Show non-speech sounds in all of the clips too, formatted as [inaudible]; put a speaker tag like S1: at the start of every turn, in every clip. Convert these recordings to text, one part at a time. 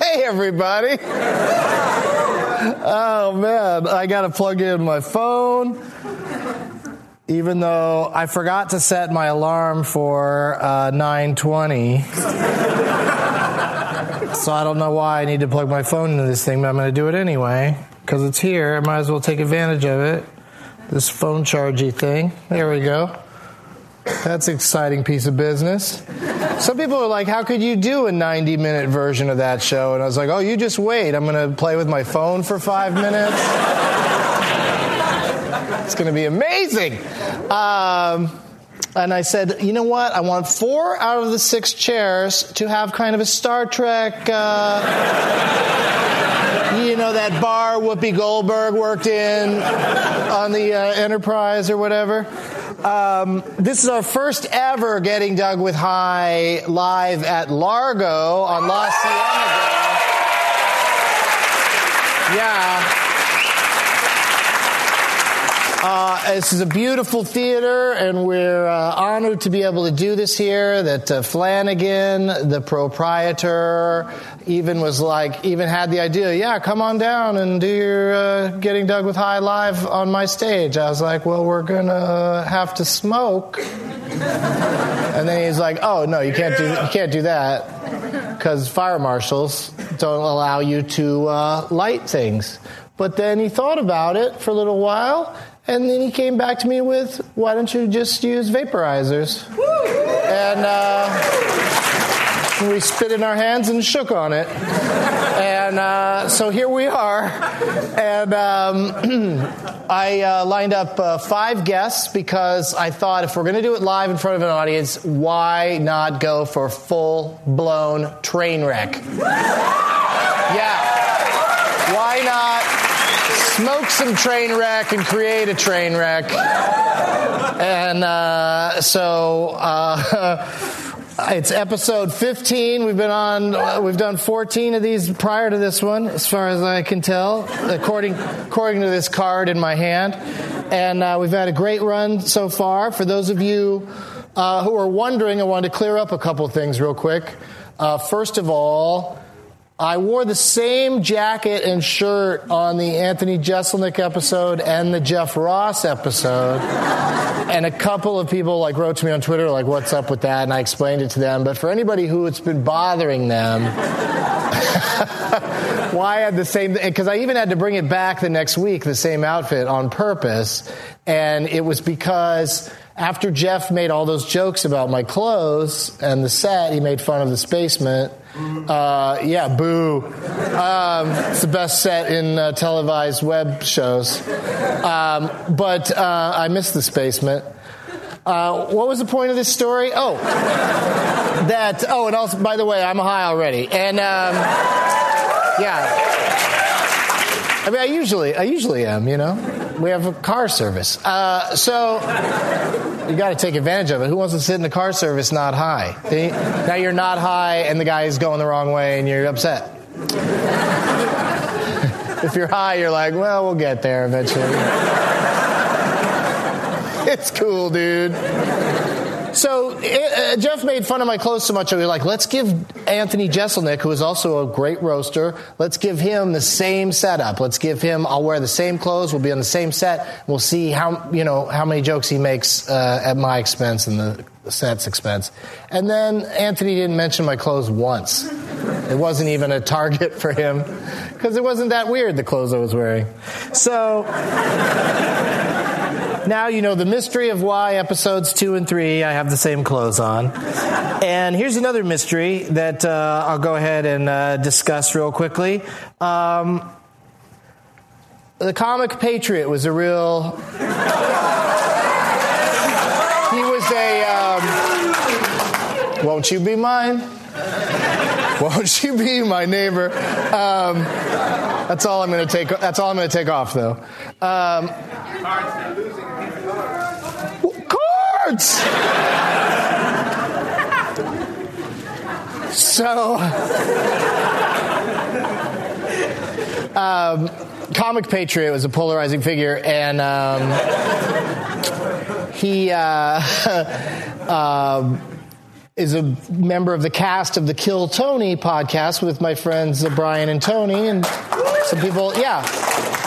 S1: everybody. oh, man. I got to plug in my phone. Even though I forgot to set my alarm for uh, 920. so I don't know why I need to plug my phone into this thing, but I'm going to do it anyway because it's here. I might as well take advantage of it. This phone chargy thing. There we go. That's an exciting piece of business. Some people are like, "How could you do a 90-minute version of that show?" And I was like, "Oh, you just wait. I'm going to play with my phone for five minutes. it's going to be amazing." Um, and I said, you know what? I want four out of the six chairs to have kind of a Star Trek, uh, you know, that bar Whoopi Goldberg worked in on the uh, Enterprise or whatever. Um, this is our first ever Getting Doug with High live at Largo on La Cienega. Yeah. Uh, this is a beautiful theater, and we're uh, honored to be able to do this here. That uh, Flanagan, the proprietor, even was like, even had the idea, yeah, come on down and do your uh, Getting Dug with High live on my stage. I was like, well, we're going to have to smoke. and then he's like, oh, no, you can't, do, you can't do that because fire marshals don't allow you to uh, light things. But then he thought about it for a little while, and then he came back to me with, "Why don't you just use vaporizers?" And uh, we spit in our hands and shook on it. And uh, so here we are. And um, [clears throat] I uh, lined up five guests because I thought if we're going to do it live in front of an audience, why not go for full blown train wreck? Yeah. Why not? smoke some train wreck and create a train wreck. And uh, so uh, [laughs] it's episode 15. We've been on, uh, we've done 14 of these prior to this one, as far as I can tell, according, according to this card in my hand. And uh, we've had a great run so far. For those of you uh, who are wondering, I wanted to clear up a couple things real quick. Uh, first of all, I wore the same jacket and shirt on the Anthony Jeselnik episode and the Jeff Ross episode. and a couple of people like wrote to me on Twitter like what's up with that and I explained it to them, but for anybody who it's been bothering them [laughs] why I had the same because I even had to bring it back the next week the same outfit on purpose and it was because after Jeff made all those jokes about my clothes and the set, he made fun of the basement. Uh, yeah, boo. Um, it's the best set in uh, televised web shows. Um, but uh, I missed the basement. Uh, what was the point of this story? Oh, that. Oh, and also, by the way, I'm high already. And um, yeah. I mean, I usually, I usually am. You know, we have a car service, uh, so you got to take advantage of it. Who wants to sit in the car service not high? See? Now you're not high, and the guy is going the wrong way, and you're upset. [laughs] if you're high, you're like, well, we'll get there eventually. [laughs] it's cool, dude. So uh, Jeff made fun of my clothes so much, I was like, let's give Anthony Jeselnik, who is also a great roaster, let's give him the same setup. Let's give him, I'll wear the same clothes, we'll be on the same set, we'll see how, you know, how many jokes he makes uh, at my expense and the set's expense. And then Anthony didn't mention my clothes once. It wasn't even a target [laughs] for him because it wasn't that weird, the clothes I was wearing. So... now you know the mystery of why episodes two and three I have the same clothes on. And here's another mystery that uh, I'll go ahead and uh, discuss real quickly. Um, the comic Patriot was a real. he was a. Um, Won't you be mine? Won't you be my neighbor? Um, that's all I'm going to take. That's all I'm going to take off, though. so, um, Comic Patriot was a polarizing figure, and [laughs] um, he, uh, uh, is a member of the cast of the Kill Tony podcast with my friends uh, Brian and Tony and some people. Yeah.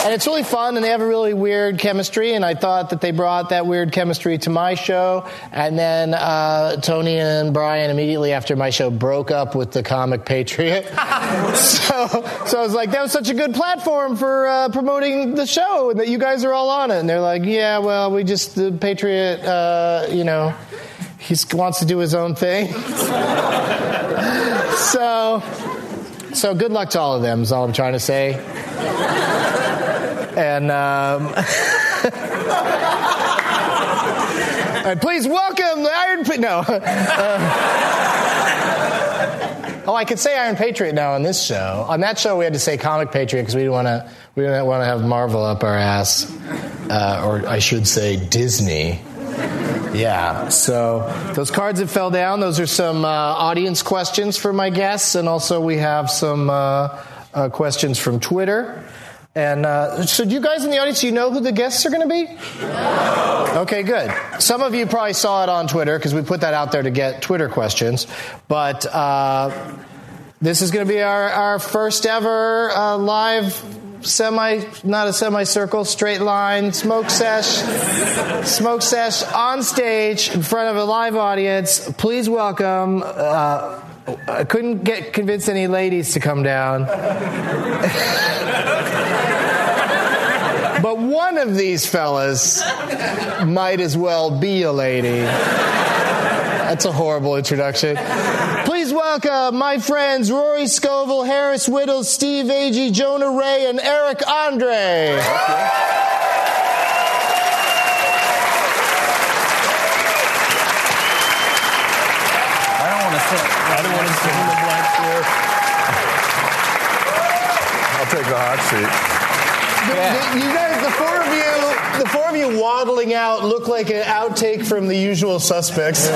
S1: And it's really fun and they have a really weird chemistry. And I thought that they brought that weird chemistry to my show. And then uh, Tony and Brian immediately after my show broke up with the comic Patriot. so, so I was like, that was such a good platform for uh, promoting the show and that you guys are all on it. And they're like, yeah, well, we just, the Patriot, uh, you know, he wants to do his own thing. [laughs] so, so good luck to all of them is all I'm trying to say. And, um, [laughs] and please welcome the Iron Pa- No. Uh, oh, I could say Iron Patriot now on this show. On that show, we had to say Comic Patriot because we didn't want to. We didn't want to have Marvel up our ass, uh, or I should say Disney. Yeah. So those cards that fell down, those are some uh, audience questions for my guests, and also we have some uh, uh, questions from Twitter. And uh, so, do you guys in the audience, you know who the guests are going to be? Okay, good. Some of you probably saw it on Twitter because we put that out there to get Twitter questions. But uh, this is going to be our, our first ever uh, live semi, not a semicircle, straight line smoke sesh, smoke sesh on stage in front of a live audience. Please welcome. Uh, I couldn't get convince any ladies to come down. [laughs] But one of these fellas might as well be a lady. That's a horrible introduction. Please welcome my friends Rory Scovel, Harris Whittle, Steve Agee, Jonah Ray, and Eric Andre.
S2: I don't want to sit. I don't want to sit in the black chair. I'll take the hot seat.
S1: The- the- you guys, the four of you, the four of you waddling out look like an outtake from The Usual Suspects.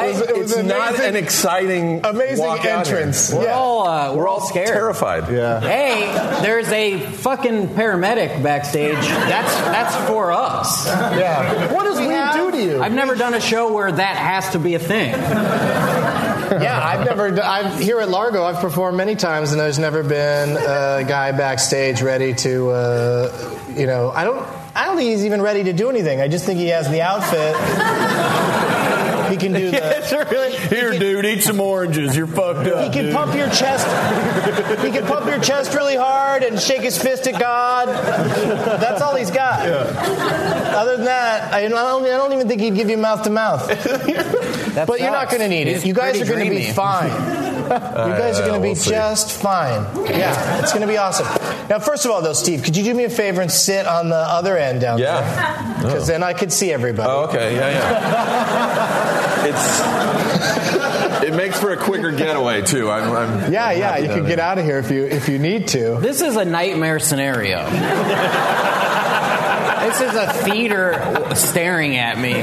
S1: It was- it was
S2: it's not
S1: amazing-
S2: an exciting,
S1: amazing
S2: walk out here.
S1: entrance.
S2: We're
S1: Yeah.
S2: all
S3: all, uh, we're,
S2: we're
S3: all
S2: all
S3: scared.
S2: terrified. Yeah.
S3: Hey, there's a fucking paramedic backstage. That's that's for us.
S1: Yeah. What does we, do to you?
S3: I've never done a show where that has to be a thing.
S1: yeah, I've never. d- I've here at Largo. I've performed many times, and there's never been a guy backstage ready to, uh, you know, I don't. I don't think he's even ready to do anything. I just think he has the outfit. he can do the.
S2: Here, dude, eat some oranges. You're fucked
S1: He
S2: up.
S1: can
S2: dude.
S1: pump your chest. He can pump your chest really hard and shake his fist at God. That's all he's got. Other than that, I don't, I don't even think he'd give you mouth to mouth.
S3: That's
S1: But you're not
S3: us.
S1: going to need it.
S3: He's
S1: You guys are
S3: pretty
S1: going to be
S2: [laughs]
S3: dreamy.
S1: fine. You guys are going to be
S2: we'll see.
S1: just fine. Yeah, it's going to be awesome. Now, first of all, though, Steve, could you do me a favor and sit on the other end down
S2: Yeah.
S1: there? Because then I could see everybody.
S2: Oh, okay. Yeah, yeah. It's. It makes for a quicker getaway too. I'm. I'm
S1: Yeah,
S2: I'm
S1: yeah,
S2: happy
S1: you
S2: to
S1: could
S2: have
S1: get
S2: it.
S1: out of here if you if you need to.
S3: This is a nightmare scenario. this is a theater staring at me.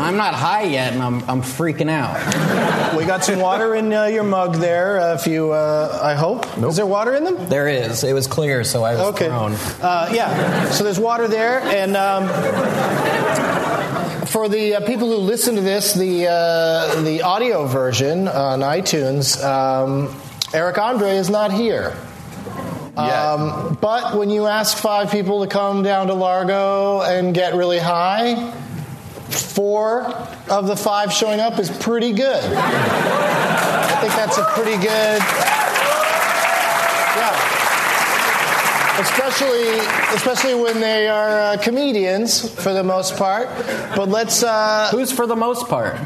S3: I'm not high yet, and I'm I'm freaking out.
S1: We got some water in uh, your mug there. Uh, if you, uh, I hope, is there water in them?
S3: There is. It was clear, so I was
S1: Okay.
S3: thrown.
S1: Uh, yeah. So there's water there, and um, for the uh, people who listen to this, the uh, the audio version on iTunes, um, Eric Andre is not here.
S2: Yeah.
S1: Um, but when you ask five people to come down to Largo and get really high, four of the five showing up is pretty good. I think that's a pretty good. Yeah especially especially when they are uh, comedians for the most part. But let's uh,
S3: Who's for the most part?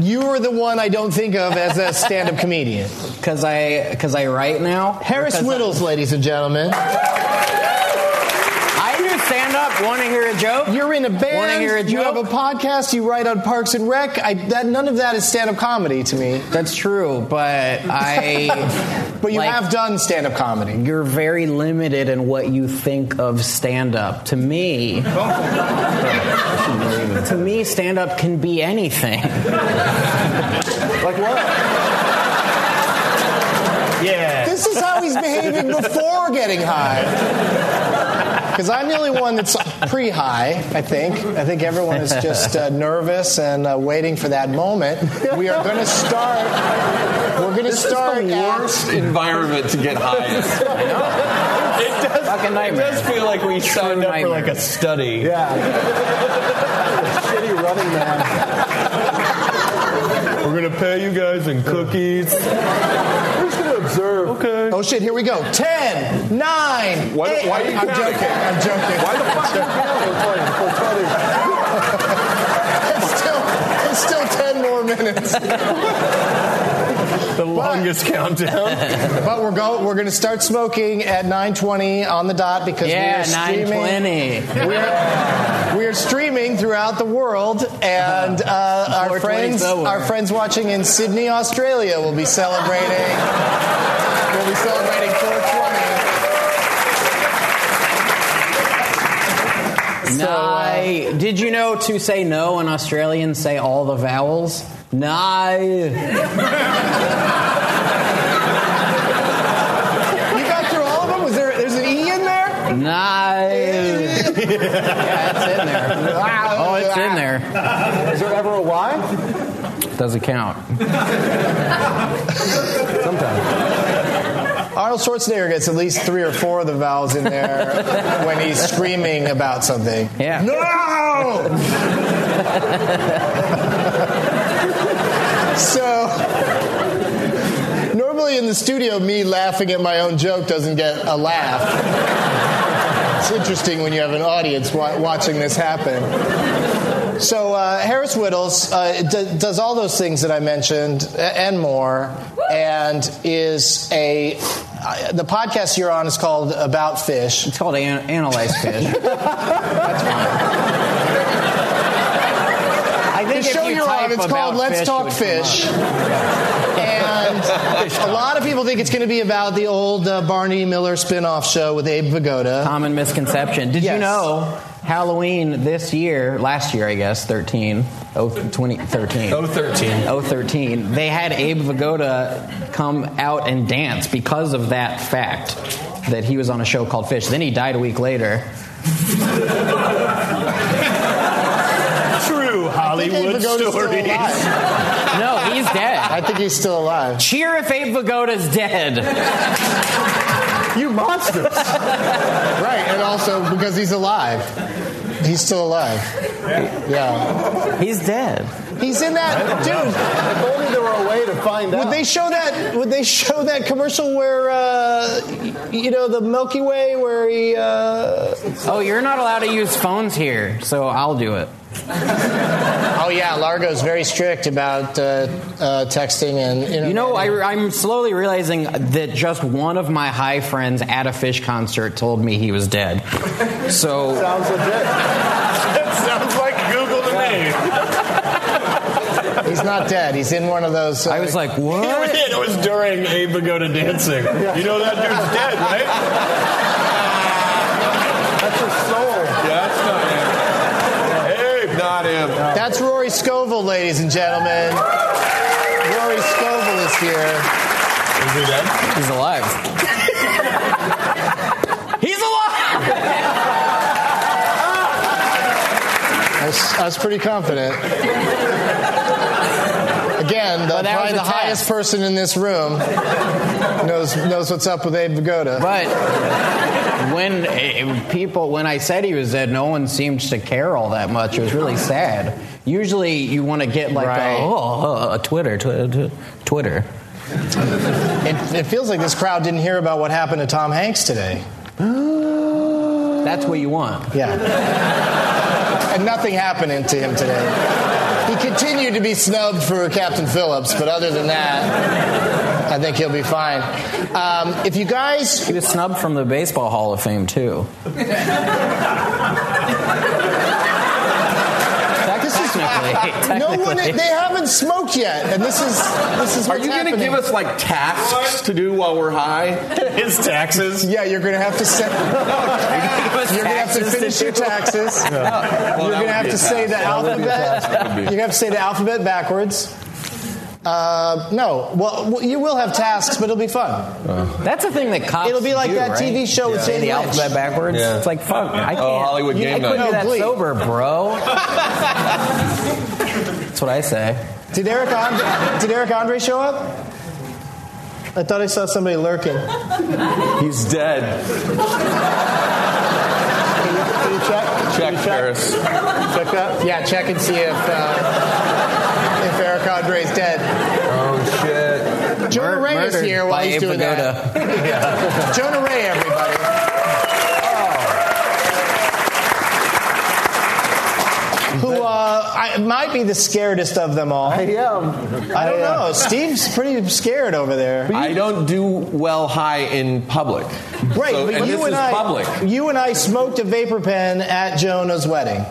S1: you are the one I don't think of as a stand-up comedian.
S3: Because I because I write now.
S1: Harris
S3: Because I-
S1: Whittles, ladies and gentlemen,
S3: I do stand up. Want to hear a joke?
S1: you're in a
S3: Wanna
S1: band.
S3: hear a
S1: You have a
S3: joke?
S1: podcast. You write on Parks and Rec. I, that, none of that is stand-up comedy to me.
S3: That's true, but I. [laughs]
S1: But you
S3: like,
S1: have done stand-up comedy.
S3: You're very limited in what you think of stand up. To me, to me, stand up can be anything.
S1: Like what?
S2: Yeah.
S1: this is how he's behaving before getting high. Because I'm the only one that's pre high, I think. I think everyone is just uh, nervous and uh, waiting for that moment. We are going to start. We're going to
S4: This
S1: start.
S4: is the
S1: at-
S4: worst environment to get high.
S1: [laughs]
S4: in.
S2: It does,
S3: [laughs] Fucking
S2: it
S3: nightmare.
S2: does feel like we signed up for
S3: nightmare.
S2: like a study. [laughs]
S1: Yeah. Shitty running man.
S2: We're gonna pay you guys in cookies. We're just gonna observe. Okay.
S1: Oh shit, here we go. Ten, nine.
S4: Why-
S1: eight-
S4: why are you
S1: I'm
S4: counting?
S1: joking. I'm joking.
S4: Why the fuck? you counting?
S1: It's still, it's still ten more minutes.
S2: The longest countdown.
S1: But we're go we're gonna start smoking at nine twenty on the dot because we
S3: Yeah,
S1: are streaming.
S3: 920.
S1: We're, we're streaming throughout the world, and uh, our
S3: 420
S1: friends,
S3: somewhere.
S1: our friends watching in Sydney, Australia, will be celebrating. we'll be celebrating 420.
S3: uh,
S1: So,
S3: Nye. Did you know to say no in Australian, say all the vowels? Nye.
S1: You got through all of them? Was there? There's an E in there?
S3: Nye. yeah, it's in there. Oh, it's in there.
S1: Is there ever a Y?
S3: Doesn't count.
S1: Arnold Schwarzenegger gets at least three or four of the vowels in there when he's screaming about something.
S3: Yeah.
S1: No! so, normally in the studio, me laughing at my own joke doesn't get a laugh. It's interesting when you have an audience wa- watching this happen. So, uh, Harris Whittles uh, d- does all those things that I mentioned a- and more, and is a. I- the podcast you're on is called About Fish.
S3: It's called an- analyze [laughs] fish. That's fine. I
S1: The
S3: think if
S1: show
S3: you
S1: you are
S3: type
S1: on, it's
S3: about
S1: called Let's
S3: fish, it
S1: Talk
S3: would come
S1: Fish.
S3: up.
S1: And a lot of people think it's going to be about the old uh, Barney Miller spin-off show with Abe Vigoda.
S3: Common misconception. Did
S1: Yes.
S3: you know Halloween this year, last year, I guess, 13, oh, 20, 13.
S4: Oh, 13.
S3: 013, they had Abe Vigoda come out and dance because of that fact that he was on a show called Fish. Then he died a week later.
S2: True
S1: I think
S2: Hollywood
S1: Abe Vigoda's still
S2: story.
S1: alive.
S3: No, he's [laughs] dead.
S1: I think he's still alive.
S3: Cheer if Abe Vigoda's dead.
S1: You monsters! right, and also because he's alive. He's still alive. Yeah.
S3: He's dead.
S1: He's in that dude.
S4: If only there were a way to find
S1: Would they show that? Would they show that commercial where, uh, y- you know, the Milky Way, where he? Uh...
S3: Oh, you're not allowed to use phones here, so I'll do it.
S1: Oh yeah, Largo's very strict about uh, uh, texting and internet.
S3: You know, I, I'm slowly realizing that just one of my high friends at a fish concert told me he was dead. So,
S4: Sounds legit.
S2: [laughs] That sounds like Google to me.
S1: He's not dead. He's in one of those. Uh,
S3: I was like,
S2: Here
S3: what?
S2: [laughs] it was during Abe Vigoda dancing. You know that dude's dead,
S4: [laughs]
S2: right?
S4: That's a soul.
S2: Yeah, that's
S4: Not him.
S1: That's Rory Scovel, ladies and gentlemen. Rory Scovel is here.
S2: not him. Is he dead?
S3: He's alive. He's alive!
S1: I was, I was pretty confident. Again, the,
S3: that
S1: probably
S3: was a
S1: the
S3: test.
S1: highest person in this room knows knows what's up with Abe Vigoda.
S3: But when eh, people, when I said he was dead, no one seemed to care all that much. It was really sad. Usually, you want to get like
S1: Right.
S3: a, oh, a Twitter, tw- tw- Twitter.
S1: It, it feels like this crowd didn't hear about what happened to Tom Hanks today.
S3: That's what you want.
S1: Yeah. and nothing happened to him today. He continued to be snubbed for Captain Phillips, but other than that, I think he'll be fine. Um, if you guys,
S3: He was snubbed from the Baseball Hall of Fame too.
S1: this is [laughs]
S3: Technically,
S1: no one. They
S3: technically.
S1: haven't smoked yet, and this is this is.
S4: Are
S1: What's
S4: you going to
S1: happening.
S4: give us like tasks to do while we're high?
S2: [laughs] His
S4: [laughs]
S2: taxes.
S1: Yeah, [laughs] you're gonna have to set. You're gonna have to finish your [laughs] taxes.
S4: Well,
S1: you're
S4: that
S1: gonna
S4: would
S1: have
S4: be a
S1: to say
S4: task.
S1: the
S4: That would be a task.
S1: alphabet.
S4: That would
S1: You're
S4: be-
S1: gonna have to say the alphabet backwards. Uh, no, well, well, you will have tasks, but it'll be fun.
S3: That's the thing that cops
S1: It'll be like
S3: do,
S1: that
S3: right?
S1: TV show with
S3: Yeah.
S1: Jane
S3: Say the
S1: Lynch.
S3: alphabet backwards.
S4: Yeah.
S3: It's like fuck. I can't.
S4: Oh, Hollywood
S3: you-
S4: Game
S3: I couldn't
S4: Night.
S3: do that
S1: No, Glee.
S3: sober, bro. That's what I say.
S1: Did Eric Andre, did Eric Andre show up? I thought I saw somebody lurking.
S4: He's dead.
S1: Can you check?
S4: Check, Paris.
S1: Check that? Yeah, check and see if uh, if Eric Andre's dead.
S4: Oh shit.
S1: Jonah
S3: Mur-
S1: Ray is
S3: murdered
S1: here while
S3: by
S1: he's doing
S3: Ipagoda.
S1: [laughs] that. Jonah Ray, everybody. Who uh, I, might be the scaredest of them all. I uh,
S4: am.
S1: don't know. Steve's pretty scared over there.
S4: I don't do well high in public.
S1: Right,
S4: So-
S1: but
S4: and
S1: you
S4: this
S1: and
S4: is
S1: I,
S4: public.
S1: you and I smoked a vapor pen at Jonah's wedding.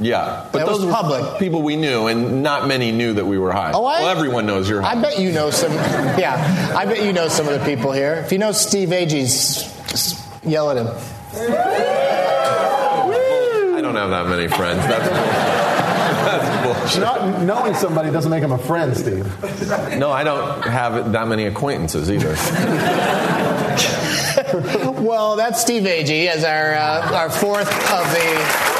S4: Yeah, but
S1: That
S4: those
S1: was
S4: were
S1: public.
S4: people we knew, and not many knew that we were high.
S1: Oh, I-
S4: well, everyone knows you're high.
S1: I bet you know some. Yeah, I bet you know some of the people here. If you know Steve Agee's, s- yell at him. [laughs]
S4: I don't have that many friends. That's bullshit. That's
S5: Not knowing somebody doesn't make them a friend, Steve.
S4: bullshit. No, I don't have that many acquaintances either.
S1: Well, that's Steve Agee as our uh, our fourth of the.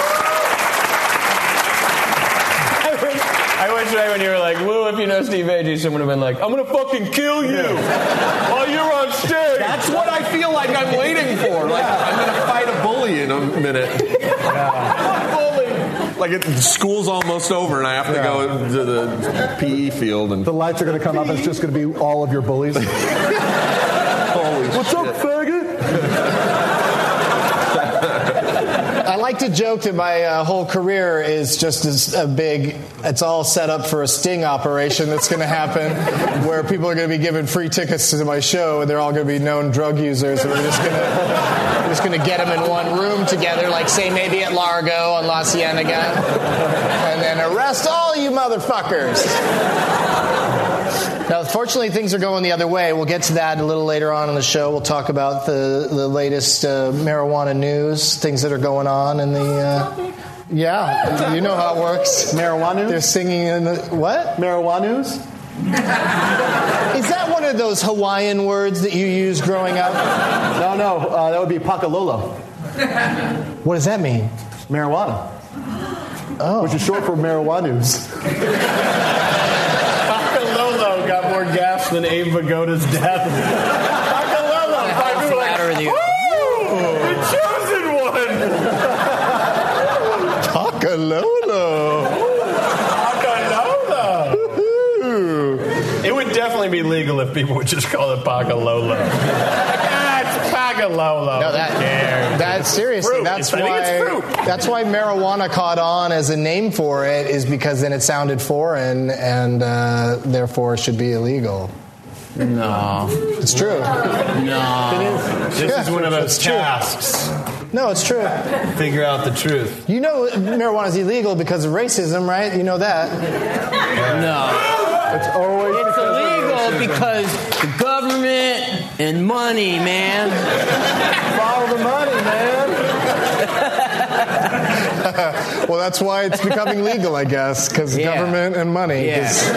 S2: I wish, I wish right when you were like, Lou, if you know Steve Agee, someone would have been like, I'm gonna fucking kill you while you're on stage.
S4: That's what I feel like I'm waiting for. Like I'm gonna fight a bully in a minute. Bully. Like it, school's almost over, and I have to go to the PE field and
S5: The lights are going to come up. and It's just going to be all of your bullies.
S4: holy
S5: What's up, faggot?
S1: I like to joke that my uh, whole career is just as a big. It's all set up for a sting operation that's going to happen, where people are going to be given free tickets to my show, and they're all going to be known drug users, and we're just going to we're just going to get them in one room together, like say maybe at Largo on La Cienega, and then arrest all you motherfuckers. Now, fortunately, things are going the other way. We'll get to that a little later on in the show. We'll talk about the, the latest uh, marijuana news, things that are going on in the. Uh, yeah, you know how it works. They're
S5: Marijuana?
S1: singing in the. What?
S5: Marijuanas?
S1: Is that one of those Hawaiian words that you used growing up?
S5: No, no. Uh, that would be Pakalolo.
S1: What does that mean?
S5: Marijuana. Oh. Which is short for marijuanas.
S2: Pacololo got more gaffes than Abe Vigoda's death. Pacololo,
S3: What's the matter with you?
S2: the chosen one.
S1: Takalolo.
S2: Pacololo. It would definitely be legal if people would just call it Pacololo. That's Pacololo.
S1: No, that,
S2: Who cares?
S1: that seriously,
S2: Fruit.
S1: that's
S2: I think it's
S1: why
S2: fruit.
S1: that's why marijuana caught on as a name for it is because then it sounded foreign and uh, therefore should be illegal.
S3: No.
S1: It's true.
S3: No.
S2: [laughs] This is one of those
S1: true.
S2: tasks.
S1: No, it's true.
S2: Figure out the truth.
S1: You know marijuana is illegal because of racism, right? You know that.
S3: No.
S5: It's always.
S3: It's illegal because the government and money, man.
S5: Follow the money, man.
S1: Well, that's why it's becoming legal, I guess, because
S3: Yeah.
S1: government and money.
S3: Yeah.
S1: 'cause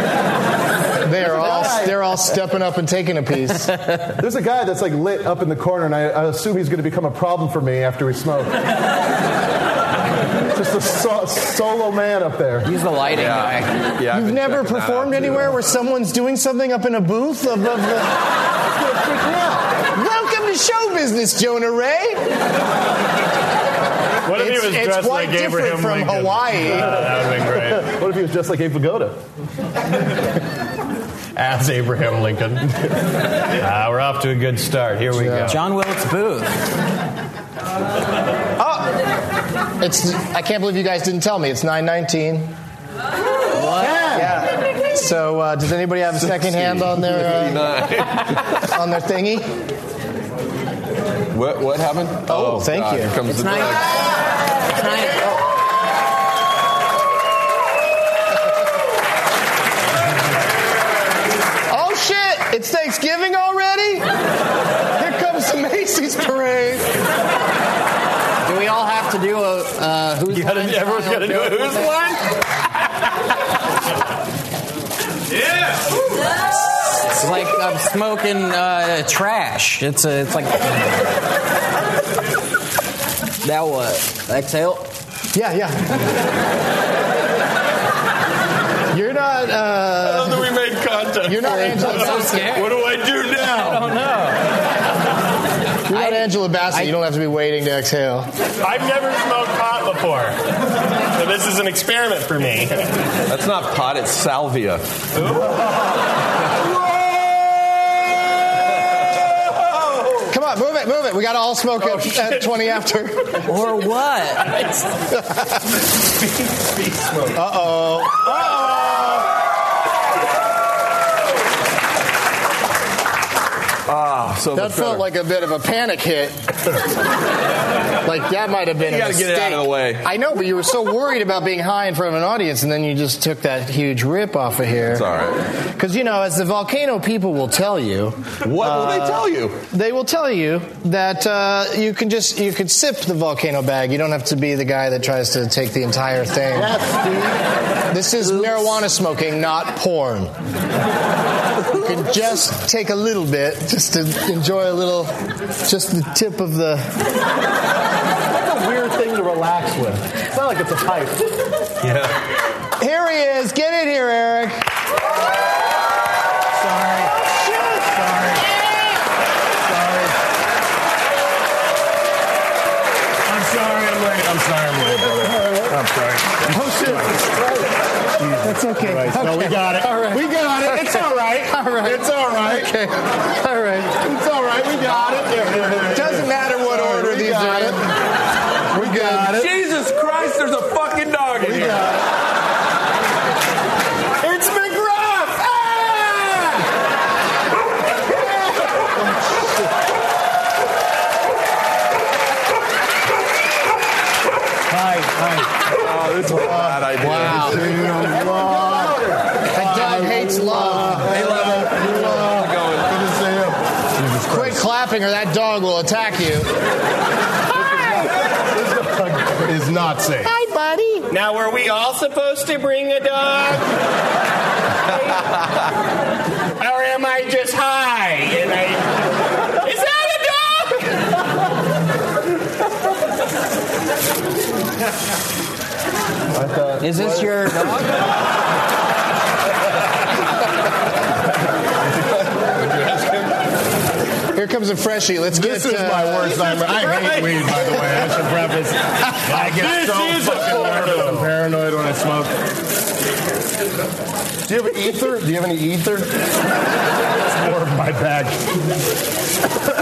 S1: They are all
S5: guy.
S1: they're all stepping up and taking a [laughs] piece.
S5: There's a guy that's like lit up in the corner, and I, I assume he's going to become a problem for me after we smoke. Just a so- solo man up there.
S3: He's the lighting guy.
S4: Yeah, I've
S1: You've
S4: been
S1: never
S4: checking that out,
S1: performed
S4: too.
S1: anywhere where someone's doing something up in a booth above the. [laughs] It's gonna freak me out. Welcome to show business, Jonah Ray.
S2: What if
S1: It's,
S2: he was
S1: it's
S2: dressed
S1: quite
S2: like
S1: different from
S2: Abraham Lincoln? [laughs]
S1: Hawaii.
S2: Uh, that would have been
S5: What if he was just like Abe Vigoda?
S2: great. As Abraham Lincoln.
S5: [laughs]
S2: Uh, we're off to a good start. Here we go.
S3: John Wilkes Booth.
S1: Oh! It's I can't believe you guys didn't tell me. It's nine nineteen. Yeah. So uh, does anybody have a second hand on their uh, on their thingy?
S4: What, what happened?
S1: Oh, thank
S4: God,
S1: you.
S4: here comes
S3: It's
S4: the
S3: nine.
S4: drugs.
S3: It's nine.
S1: Oh shit! It's Thanksgiving already. Here comes the Macy's parade.
S3: Do we all have to do a uh, who's
S2: You gotta-
S3: line?
S2: everyone's gotta do a who's line?
S6: Yeah!
S3: like I'm smoking uh, trash. It's a, it's like. Now what? Exhale.
S1: Yeah, yeah. You're not. Uh,
S2: that we made contact.
S1: you're not Angela.
S2: [laughs]
S3: I'm so scared.
S2: What do I do now?
S3: Oh no.
S1: You're not Angela Bassett.
S3: I-
S1: you don't have to be waiting to exhale.
S2: I've never smoked pot before, so this is an experiment for me.
S4: That's not pot, it's salvia.
S1: Come on, move it, move it. We got to all smoke
S2: Oh,
S1: at, at 20
S2: [laughs]
S1: after. Uh
S3: Or what?
S1: oh. Uh
S4: So
S1: oh.
S4: the
S1: That felt
S4: feather-
S1: like a bit of a panic hit. like that might have been
S4: You
S1: a
S4: gotta get
S1: mistake.
S4: it out of the way.
S1: I know, but you were so worried about being high in front of an audience, and then you just took that huge rip off of here.
S4: It's all right.
S1: Because you know, as the volcano people will tell you,
S4: What will they tell you?
S1: they will tell you that uh, you can just you could sip the volcano bag. You don't have to be the guy that tries to take the entire thing. This is marijuana smoking, not porn. You can just take a little bit, just to enjoy a little, just the tip of the.
S5: That's a weird thing to relax with. It's not like it's a pipe.
S1: Here he is. Get in here, Eric.
S6: I'm sorry I'm late. I'm sorry I'm late, brother. I'm sorry. Oh, shit.
S1: That's okay.
S6: Right. No, we got it.
S1: All right.
S6: We got it. It's all right.
S1: All right.
S6: It's all right.
S1: Okay. All right.
S6: It's all right. We got it. Yeah, yeah, yeah, yeah.
S1: Doesn't matter what
S6: Sorry,
S1: order
S6: we
S1: these
S6: got
S1: are
S6: it.
S1: in. We got it.
S4: Jesus Christ, there's a fucking dog in here.
S6: It's McGrath. Ah!
S5: Hi, hi.
S4: Oh, this is a bad idea.
S3: Wow.
S1: That dog hates love.
S4: Hey, love. How's it going?
S1: Quit clapping or that dog will attack you.
S6: Is not safe.
S1: Hi, buddy.
S2: Now, were we all supposed to bring a dog? or am I just high? And I, is that a dog?
S3: Is this your dog?
S1: Here comes a freshie. Let's get
S6: This is
S1: uh,
S6: my worst nightmare. I hate weed, by the way. I should preface. I get
S2: This
S6: so
S2: is a
S6: fucking nervous.
S2: porno.
S6: I'm paranoid when I smoke. Do you have ether? Do you have any ether? It's more of my bag.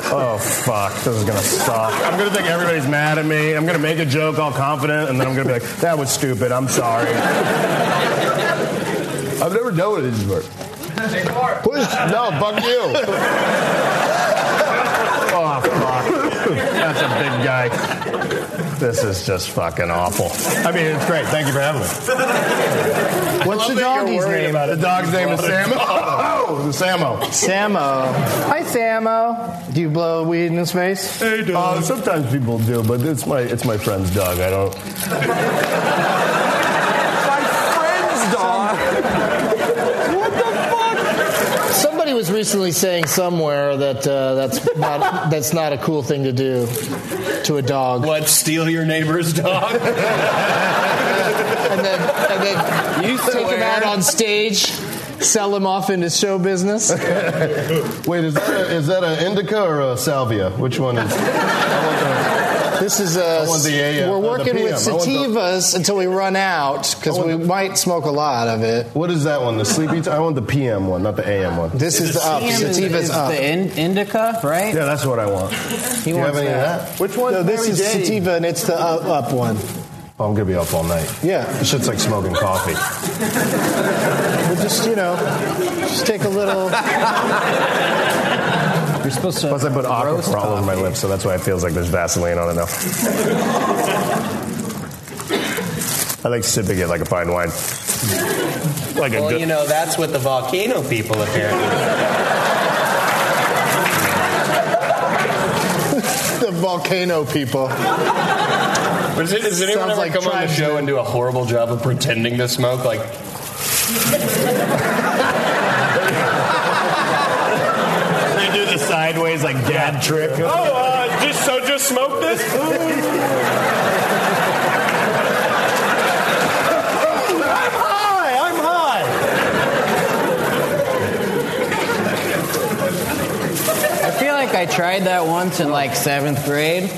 S6: Oh fuck! This is gonna suck. I'm gonna think everybody's mad at me. I'm gonna make a joke all confident, and then I'm gonna be like, "That was stupid. I'm sorry."
S5: I've never known what it is work.
S6: Push. No, fuck you. oh, fuck. That's a big guy. This is just fucking awful. I mean, it's great. Thank you for having me.
S1: What's the doggy's name?
S6: The dog's name is Samo. [laughs] Oh, the Samo.
S1: Samo. Hi, Samo. Do you blow weed in his face?
S6: Hey, dog. Uh, sometimes people do, but it's my it's my friend's dog. I don't.
S4: My friend's dog.
S1: Somebody was recently saying somewhere that uh, that's not [laughs] that's not a cool thing to do to a dog.
S2: What, steal your neighbor's dog?
S1: And then and then [laughs] you take him out on stage, sell him off into show business.
S6: Wait, is that a, is that an indica or
S5: uh,
S6: a salvia? Which one is?
S1: [laughs] This is a.
S6: I want the AM,
S1: we're
S6: uh, the
S1: working with
S6: PM. I want the-
S1: sativas until we run out because we might smoke a lot of it.
S6: What is that one? The sleepy. T- I want the PM one, not the AM one.
S1: This is the up.
S3: Damn, is-
S1: Sativa's
S3: is
S1: up.
S3: the in- indica, right?
S6: Yeah, that's what I want.
S3: He
S6: Do you have
S3: wants
S6: any
S3: that.
S6: of that? Which one?
S1: No, this is sativa and it's the up, up one.
S6: Oh, I'm gonna be up all night.
S1: Yeah.
S6: This shit's like smoking coffee.
S1: We'll just you know, just take a [laughs] little.
S3: You're supposed to.
S6: Plus, I put
S3: roast
S6: aqua all over
S3: coffee.
S6: my lips, so that's why it feels like there's Vaseline on it now. I like sipping it like a fine wine. Like a
S7: Well,
S6: good.
S7: you know, that's what the volcano people apparently.
S1: the volcano people.
S2: Does, it, does anyone
S1: Sounds
S2: ever
S1: like
S2: come on the
S1: trash.
S2: show and do a horrible job of pretending to smoke? Like,
S5: sideways like dad trick.
S7: Oh, uh, just so just smoke this.
S5: I'm high. I'm high.
S3: I feel like I tried that once in like seventh grade,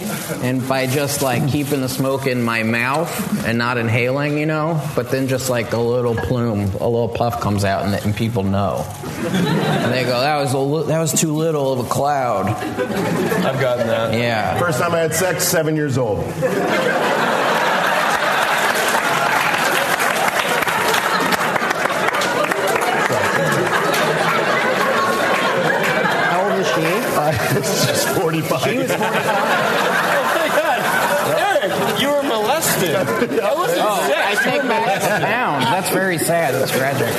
S3: and by just like keeping the smoke in my mouth and not inhaling, you know, but then just like a little plume, a little puff comes out, and, and people know, and they go, "That was a li- that was too little of a cloud."
S7: I've gotten that.
S3: Yeah.
S5: First time I had sex, seven years old.
S3: How old was she?
S5: She's 45.
S7: Eric, you were molested. That wasn't
S1: Oh.
S3: I
S7: sex.
S3: take back the pound. That's very sad. That's tragic.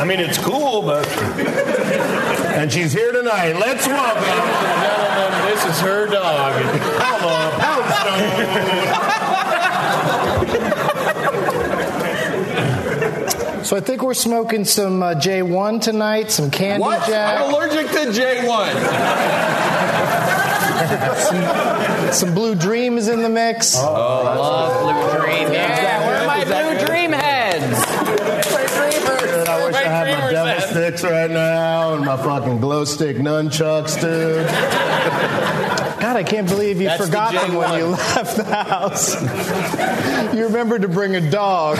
S7: I mean, it's cool, but
S5: and she's here tonight. Let's welcome.
S7: gentlemen, this is her dog. Come on,
S1: So I think we're smoking some uh, J1 tonight, some Candy
S4: What? I'm
S1: Jack,
S4: allergic to J1.
S1: some Blue Dream is in the mix.
S3: Love blue dream. Yeah. Where are my blue dream heads?
S5: Dude, I wish I had my devil sticks right now and my fucking glow stick nunchucks, dude.
S1: God, I can't believe you
S4: That's the
S1: forgot them when
S4: J1.
S1: you left the house. you remembered to bring a dog.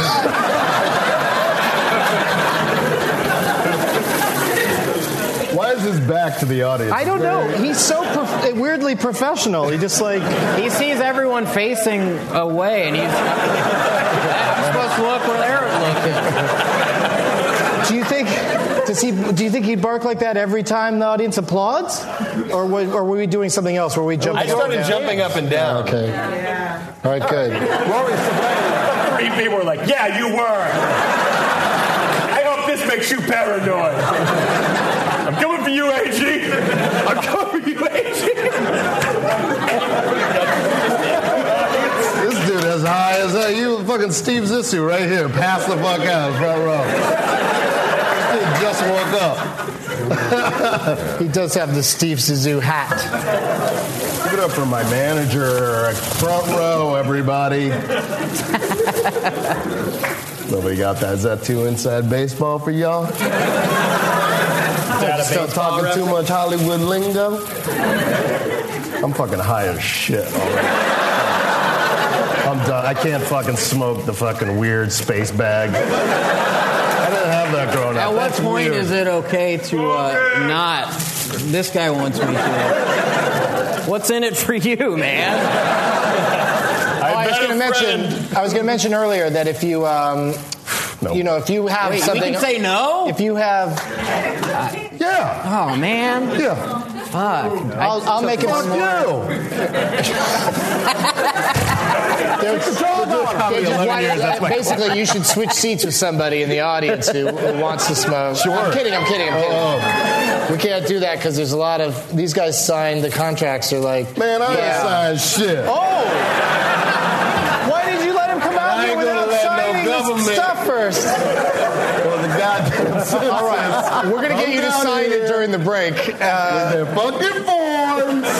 S5: Why is his back to the audience?
S1: I don't know. He's so prof- weirdly professional. He just like
S3: He sees everyone facing away, and he's I'm supposed to look where they're looking.
S1: Do you think does he? Do you think he bark like that every time the audience applauds, or were, or were we doing something else? Were we jumping?
S4: I
S1: up
S4: started
S1: and
S4: jumping up and
S1: down?
S4: down.
S1: Okay. All right. Good.
S7: Three people were like, "Yeah, you were." I hope this makes you paranoid. I'm coming for you, AG. I'm coming for you, AG.
S5: This dude as high as that. You fucking Steve Zissou right here. Pass the fuck out, front row. This dude just woke up.
S1: He does have the Steve Zissou hat.
S5: Give it up for my manager. Front row, everybody. Nobody got that. Is that too inside baseball for y'all? Stop talking too much Hollywood lingo. I'm fucking high as shit already. I'm done. I can't fucking smoke the fucking weird space bag. I didn't have that growing up.
S3: At what
S5: That's
S3: point
S5: weird.
S3: is it okay to uh, not? This guy wants me to. What's in it for you, man?
S1: Oh, I was going to mention. I was going to mention earlier that if you, um,
S5: No.
S1: you know, if you have
S3: Wait, we
S1: something,
S3: can say no.
S1: if you have,
S5: Yeah.
S3: Oh man,
S5: Yeah.
S3: fuck! I-
S1: I'll, I'll make it.
S5: Fuck
S1: more-
S5: you.
S1: There's-
S5: Probably
S1: They just
S5: 11
S1: want-
S5: years, that's my
S1: basically, you should switch seats with somebody in the audience who, who wants to smoke.
S5: Sure.
S1: I'm kidding. I'm kidding. I'm kidding.
S5: Oh,
S1: We can't do that because there's a lot of these guys signed the contracts. They're like,
S5: man, I
S1: Yeah.
S5: didn't sign shit.
S1: oh, why did you let him come out
S5: I
S1: here
S5: ain't gonna
S1: without
S5: let no
S1: signing this
S5: government-
S1: stuff first?
S5: Well, the goddamn Simpsons.
S1: [laughs] All right, we're gonna
S5: Come
S1: get you to
S5: down
S1: sign
S5: here
S1: it during the break. Uh,
S5: with their fucking forms.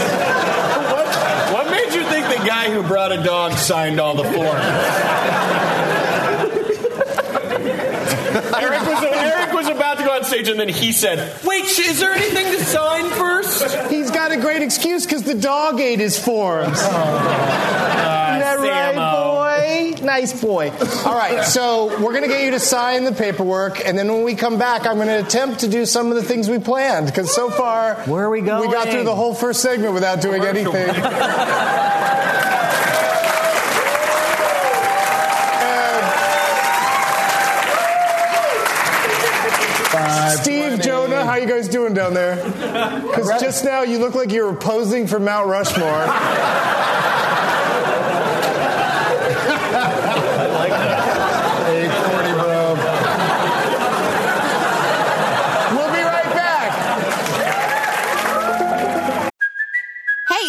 S7: What, what made you think the guy who brought a dog signed all the forms? Eric was, Eric was about to go on stage, and then he said,
S8: Wait, sh- is there anything to sign first?
S1: he's got a great excuse because the dog ate his forms.
S5: Oh.
S1: Isn't
S5: Uh,
S1: that right, boy? Nice boy. All right, so we're going to get you to sign the paperwork, and then when we come back, I'm going to attempt to do some of the things we planned, because so far,
S3: Where are we
S1: We got
S3: going?
S1: through the whole first segment without doing anything. And- Steve, Jonah, how you guys doing down there? Because just now you look like you were posing for Mount Rushmore.
S3: [laughs]
S5: Eight forty, bro.
S1: We'll be right back.
S9: Hey,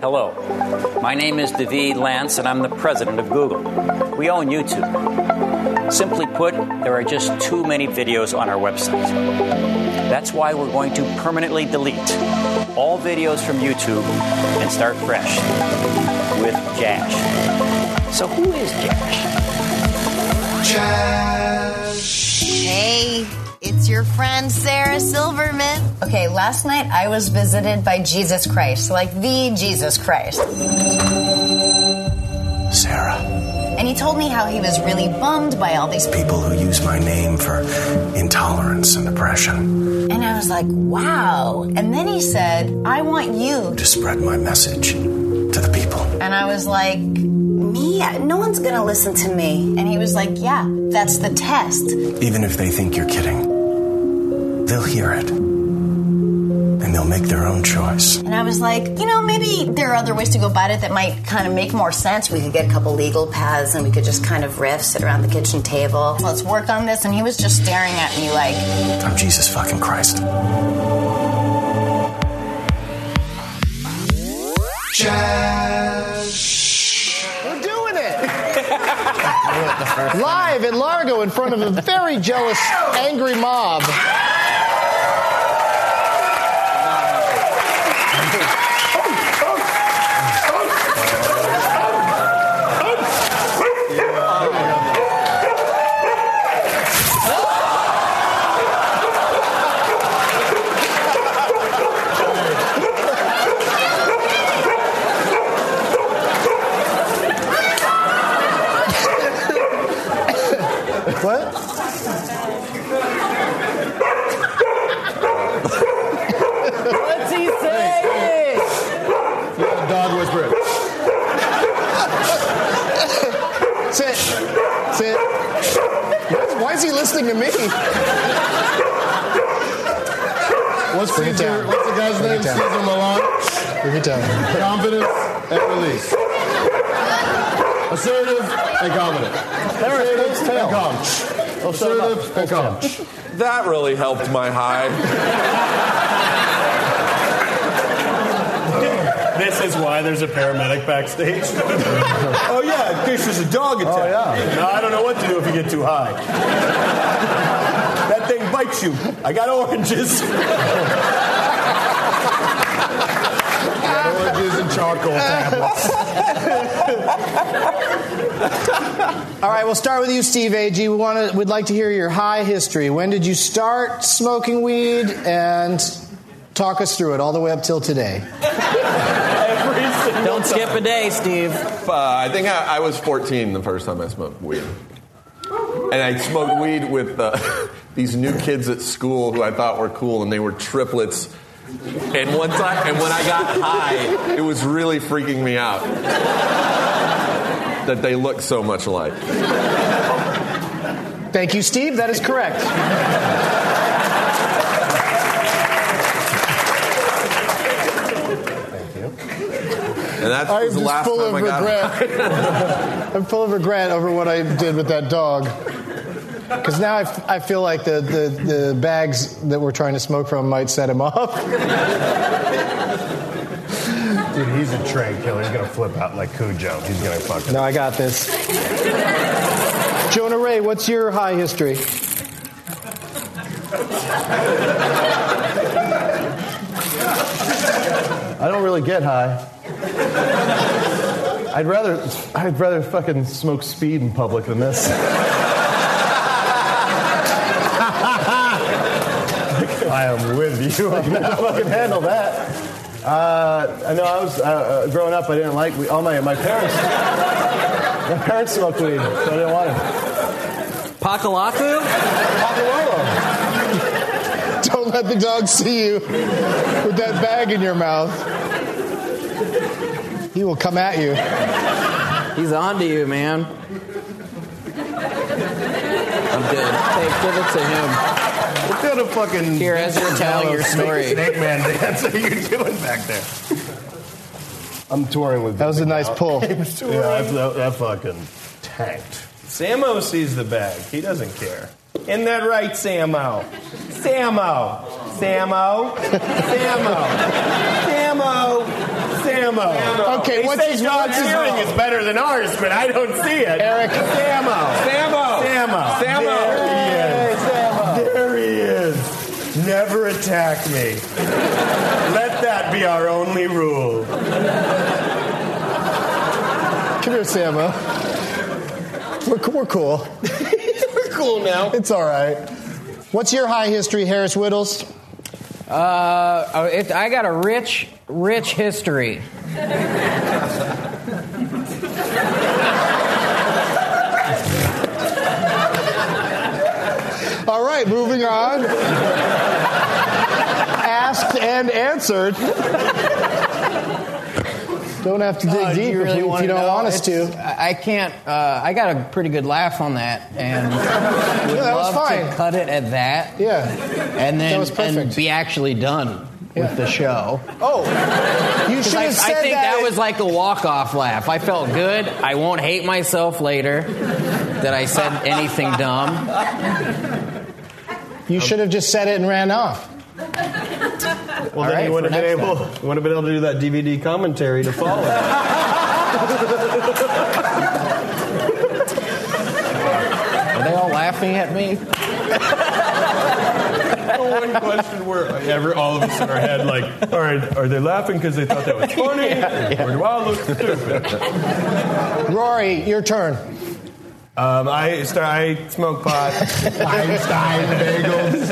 S3: Hello. My name is David Lance, and I'm the president of Google. We own YouTube. Simply put, there are just too many videos on our website. That's why we're going to permanently delete all videos from YouTube and start fresh with Jash. So, who is [laughs] Jash?
S9: Hey, it's your friend Sarah Silverman. Okay, last night I was visited by Jesus Christ, like the Jesus Christ.
S6: Sarah.
S9: And he told me how he was really bummed by all these
S6: People who use my name for intolerance and oppression
S9: And I was like, wow. And then he said, I want you.
S6: to spread my message to the people.
S9: And I was like, me? No one's gonna listen to me. And he was like, yeah, that's the test.
S6: Even if they think you're kidding, they'll hear it. And they'll make their own choice.
S9: And I was like, you know, maybe there are other ways to go about it that might kind of make more sense. We could get a couple legal paths and we could just kind of riff, sit around the kitchen table. Let's work on this. And he was just staring at me like,
S6: I'm Jesus fucking Christ.
S1: We're doing it! Live at Largo in front of a very jealous, angry mob. What?
S10: What's he saying?
S5: Dog whisperer.
S1: Sit. Sit. Why is he listening to me?
S11: What's,
S1: Bring it
S11: Caesar,
S1: down.
S11: what's the guy's
S1: Bring it
S11: name?
S1: down.
S11: Caesar Milan.
S1: Bring it down.
S11: Confidence and release. Assertive and confident. Assertive and calm. Assertive and calm.
S5: [laughs]
S4: That really helped my high.
S7: This is why there's a paramedic backstage.
S4: Oh yeah, in case there's a dog attack.
S5: Oh, yeah.
S7: No, I don't know what to do if you get too high. that thing bites you. I got oranges.
S11: Oranges and charcoal tablets.
S1: All right, we'll start with you, Steve Ag. We want to. We'd like to hear your high history. When did you start smoking weed, and talk us through it all the way up till today?
S12: Don't skip a day, Steve.
S4: Uh, I think I, I was 14 the first time I smoked weed. And I smoked weed with uh, [laughs] these new kids at school who I thought were cool, and they were triplets. And one time, and when I got high, it was really freaking me out that they looked so much alike.
S1: Thank you, Steve. That is correct.
S4: And that's
S1: I am
S4: was the
S1: just
S4: last
S1: full
S4: time
S1: of
S4: I got high.
S1: regret. [laughs] I'm full of regret over what I did with that dog. Because now I, f- I feel like the, the, the bags that we're trying to smoke from might set him off. [laughs]
S11: Dude, he's a train killer. He's gonna flip out like Cujo. He's gonna fucking.
S1: No, I got this. Jonah Ray, what's your high history?
S5: [laughs] I don't really get high. I'd rather, I'd rather fucking smoke speed in public than this. [laughs] I am with you. I can
S6: [laughs]
S5: fucking handle that. Uh, I know I was uh, uh, growing up. I didn't like weed. all my my parents. My parents smoked weed, so I didn't want it.
S12: Pakalaku?
S5: Papalarlo.
S1: Don't let the dog see you with that bag in your mouth. He will come at you.
S3: He's on to you, man. I'm good. Hey, give it to him.
S6: What kind of fucking
S3: Here, as you're telling your story.
S6: Snake man dance [laughs] are you doing back there?
S5: I'm touring with.
S1: That was a nice pull.
S6: I'm touring.
S5: yeah, I- that, that fucking tanked.
S6: Samo sees the bag. He doesn't care. Isn't that right, Samo? Samo. Samo. Samo. Samo. Samo. Samo.
S1: Okay,
S6: He
S1: what's
S6: says
S1: his-
S6: y'all
S1: what's his-
S6: cheering is better than ours, but I don't see it. Eric. Samo. Samo. Samo. There he is. There he is. Never attack me. Let that be our only rule.
S1: Come here, Samo. We're, we're cool.
S6: [laughs] We're cool now.
S1: It's all right. What's your high history, Harris Whittles?
S3: Uh, oh, it, I got a rich, rich history.
S1: All right, moving on. Asked and answered. Don't have to dig
S3: Uh, do
S1: deep
S3: you really
S1: if, we, if
S3: wanna
S1: you don't
S3: know?
S1: want us
S3: It's-
S1: to.
S3: I I can't. Uh, I got a pretty good laugh on that,
S1: [laughs]
S3: and would
S1: that was
S3: love
S1: fine.
S3: to cut it at that.
S1: Yeah.
S3: and then
S1: That was
S3: and
S1: perfect.
S3: be actually done
S1: Yeah.
S3: with
S1: [laughs]
S3: the show.
S1: Oh, you
S3: 'Cause
S1: should
S3: I,
S1: have said
S3: I think that,
S1: that
S3: was like a walk-off laugh. I felt good. I won't hate myself later that I said anything dumb.
S1: You should have just said it and ran off.
S6: Well, then
S3: right,
S6: you wouldn't
S3: for
S6: have been
S3: next
S6: able. You wouldn't have been able to do that DVD commentary to [laughs] follow. I'm
S3: Are they all laughing at me?
S6: one question where every, all of us in our head, like, all right, are they laughing because they thought that was [laughs] funny, or do I look stupid?
S1: Rory, your turn.
S6: Um, I start. I smoke [laughs] pot.
S5: Einstein bagels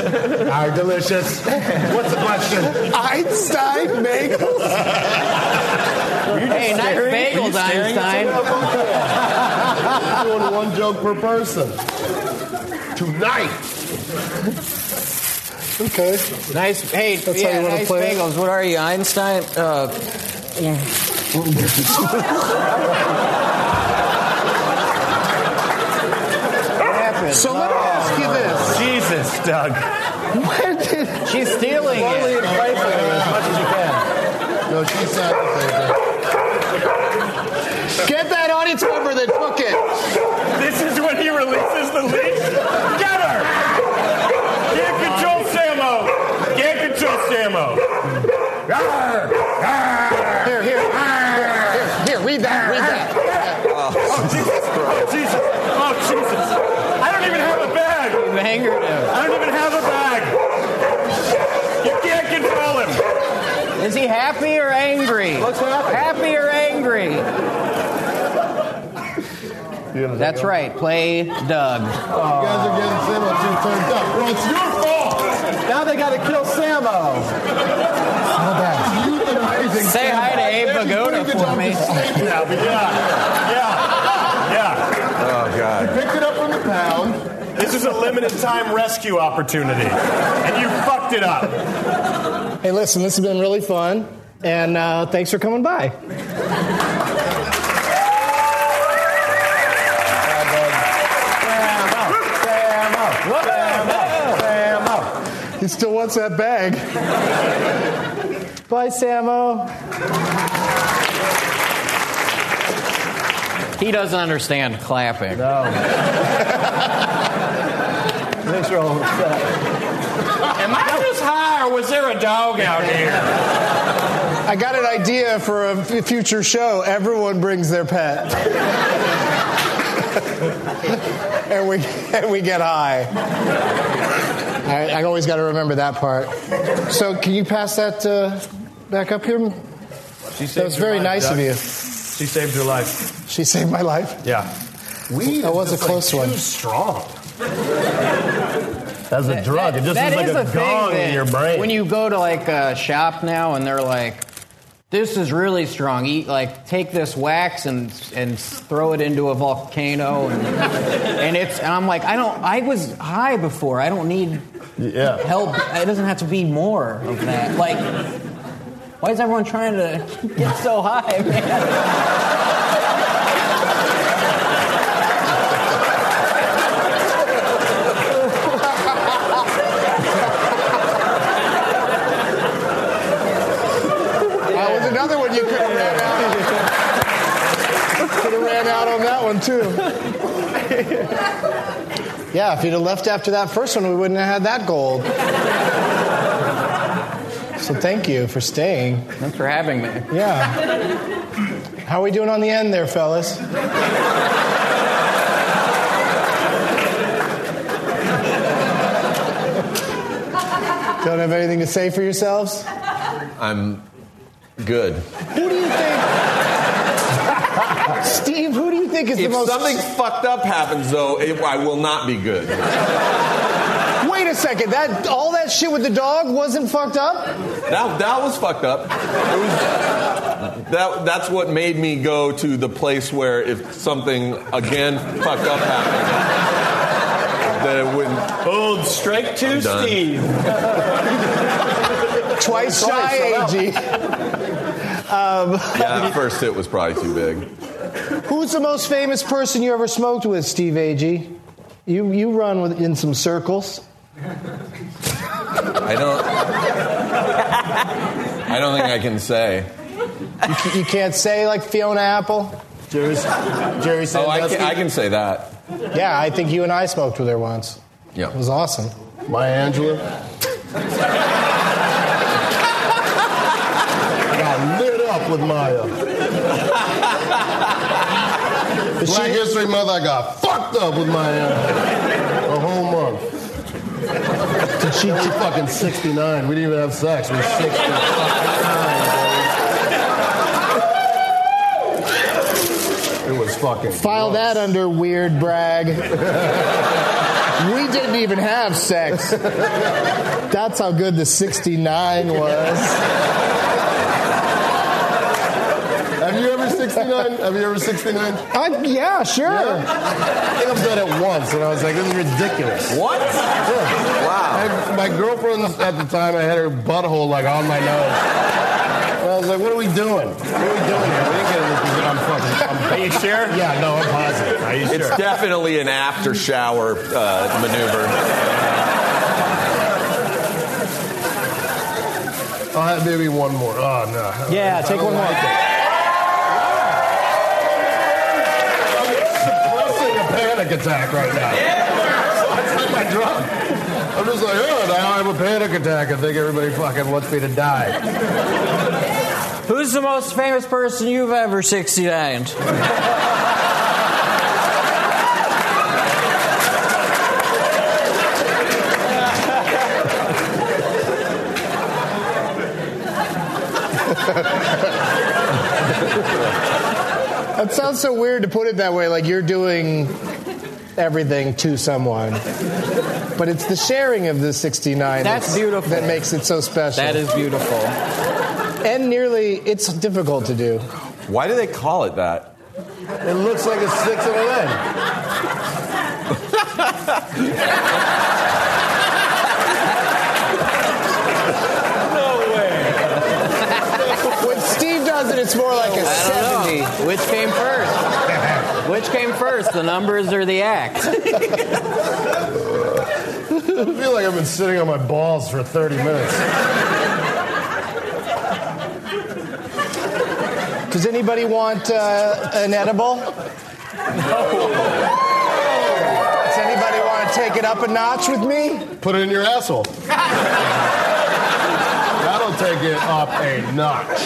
S5: are delicious. What's the question?
S1: Einstein bagels.
S3: Hey, nice
S6: Staring? Were you
S3: bagels,
S6: staring at
S3: Einstein.
S6: someone?
S5: I'm doing one joke per person.
S6: Tonight,
S1: Okay.
S3: Nice, hey,
S1: That's how
S3: yeah,
S1: you wanna
S3: nice
S1: play it?
S3: bagels. What are you, Einstein? Uh,
S1: So let me ask you this.
S6: Jesus, Doug.
S1: Where did [laughs]
S3: she's stealing it.
S5: No, she said the
S1: get that audience member that took it?
S2: This is when he releases the leash. Get her! Can't control Samo. Can't control Samo. Rawr! Rawr!
S1: Here, here,
S2: Rawr!
S1: here, here. Read that. Read that.
S2: Oh, Jesus. Oh, Jesus. Oh, Jesus. I don't even have a bag.
S3: You've angered him.
S2: I don't even have a bag. You can't control him.
S3: Is he happy or angry? Looks happy. Happy or angry? That's right. Play Doug.
S5: You guys are getting Samo too turned up. Well, it's your fault. Now they got to kill Samo.
S3: Say hi to Abe Vigoda for me.
S2: Yeah, but yeah. Yeah. Yeah.
S4: Oh, God.
S5: Picked it up from the pound.
S2: This is a limited time rescue opportunity. And you fucked it up.
S1: Hey, listen. This has been really fun, and uh, thanks for coming by. He still wants that bag. Bye, Samo.
S3: He doesn't understand clapping.
S5: Thanks for all the stuff.
S2: Am I just high or was there a dog out here?
S1: I got an idea for a f- future show. Everyone brings their pet. [laughs] and we and we get high. I, I always got to remember that part. So can you pass that uh, back up here?
S6: She saved
S1: That was
S6: your
S1: very
S6: life,
S1: nice
S6: Doug.
S1: of you.
S6: She saved your life.
S1: She saved my life.
S6: Yeah.
S5: Weed
S1: That
S5: is
S1: was a
S5: just,
S1: close
S5: like,
S1: one.
S5: Too strong. That's a drug. It just
S3: That
S5: is like
S3: is
S5: a
S3: the thing
S5: gong
S3: that
S5: in your brain.
S3: When you go to like a shop now and they're like, "This is really strong. Eat like take this wax and and throw it into a volcano." And, and it's and I'm like, I don't. I was high before. I don't need
S5: yeah.
S3: help. It doesn't have to be more of that. Like. Why is everyone trying to get so high, man?
S1: That was another one you could have ran out. Could have ran out on that one too. Yeah, if you'd have left after that first one, we wouldn't have had that gold. So thank you for staying.
S3: Thanks for having me.
S1: Yeah. How are we doing on the end there, fellas? Don't have anything to say for yourselves?
S4: I'm good.
S1: Who do you think? [laughs] Steve, who do you think is
S4: if
S1: the most.
S4: something fucked up happens, though, it, I will not be good.
S1: Wait a second, that all that shit with the dog wasn't fucked up?
S4: That, that was fucked up. It was, that, that's what made me go to the place where if something again fucked up happened, that it wouldn't.
S13: Old strike
S4: I'm
S13: two,
S4: done.
S13: Steve.
S1: Twice
S13: Twice,
S1: shy,
S13: I'm
S1: AG. [laughs] Um,
S4: Yeah, that first hit was probably too big.
S1: who's the most famous person you ever smoked with, Steve AG? You, you run with, in some circles.
S4: I don't. I don't think I can say.
S1: You, ca- you can't say like Fiona Apple.
S5: Jerry, Jerry
S4: Oh,
S5: Sandusky.
S4: I can, I can say that.
S1: Yeah, I think you and I smoked with her once.
S4: Yeah.
S1: It was awesome.
S5: My Angela. Got lit up with Maya. Black History Month, I got fucked up with Maya. A whole month. Did she was fucking 69. We didn't even have sex. We were 69. dude. It was fucking.
S1: File that under weird
S5: [laughs]
S1: brag. we didn't even have sex. That's how good the 69 was.
S5: Have you ever 69? Have you ever 69?
S1: I, yeah, sure.
S5: I think I've done it once, and I was like, this is ridiculous.
S4: What?
S5: Yeah.
S4: Wow.
S5: I- my girlfriend at the time, I had her butthole like on my nose. And I was like, what are we doing? What are we doing here? We didn't get in this position. I'm fucking. I'm,
S13: Are you sure?
S5: yeah, no, I'm positive.
S13: Are you
S4: It's
S13: sure?
S4: definitely an after shower uh, maneuver.
S5: I'll have maybe one more. Oh, no.
S13: Yeah, take one more.
S5: I'm seeing a panic attack right now. That's like my drug. I'm just like, oh, now I have a panic attack. I think everybody fucking wants me to die.
S3: Who's the most famous person you've ever 69'd?
S1: That sounds so weird to put it that way, like you're doing everything to someone. But it's the sharing of the 69
S3: That's beautiful.
S1: that makes it so special.
S3: That is beautiful.
S1: And nearly, it's difficult to do.
S4: Why do they call it that?
S5: It looks like a six and an end.
S1: When Steve does it, it's more like a 70.
S3: I don't know. Which came first? Which came first, the numbers or the act?
S5: I feel like I've been sitting on my balls for 30 minutes.
S1: Does anybody want uh, an edible? Does anybody want to take it up a notch with me?
S5: Put it in your asshole. That'll take it up a notch.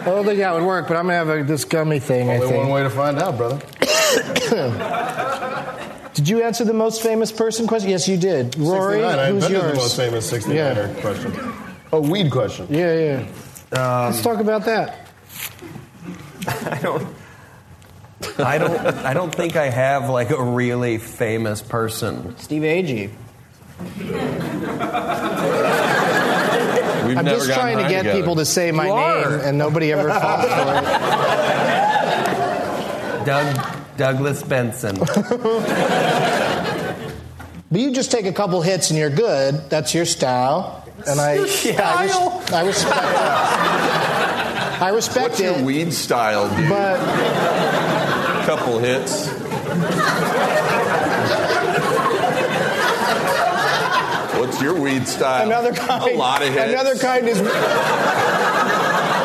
S1: I don't think that would work, but I'm gonna have a, this gummy thing. I
S5: Only one
S1: think.
S5: way to find out, brother.
S1: Did you answer the most famous person question? Yes, you did. Rory,
S5: 69. I
S1: who's
S5: invented
S1: yours?
S5: the most famous 69er
S1: Yeah.
S5: question. A weed question.
S1: Yeah, yeah.
S6: Um,
S1: Let's talk about that.
S6: I don't. I don't. I don't think I have like a really famous person.
S3: Steve Agee.
S4: We've
S1: I'm
S4: never
S1: just
S4: gotten
S1: trying to
S4: high
S1: get
S4: together.
S1: people to say my
S6: You are.
S1: name, and nobody ever falls for it.
S6: Doug Douglas Benson.
S1: But you just take a couple hits and you're good. That's your style. And I, I just- I respect that. I respect
S4: What's your weed style, dude? Couple hits. What's your weed style?
S1: Another kind.
S4: A lot of hits.
S1: Another kind is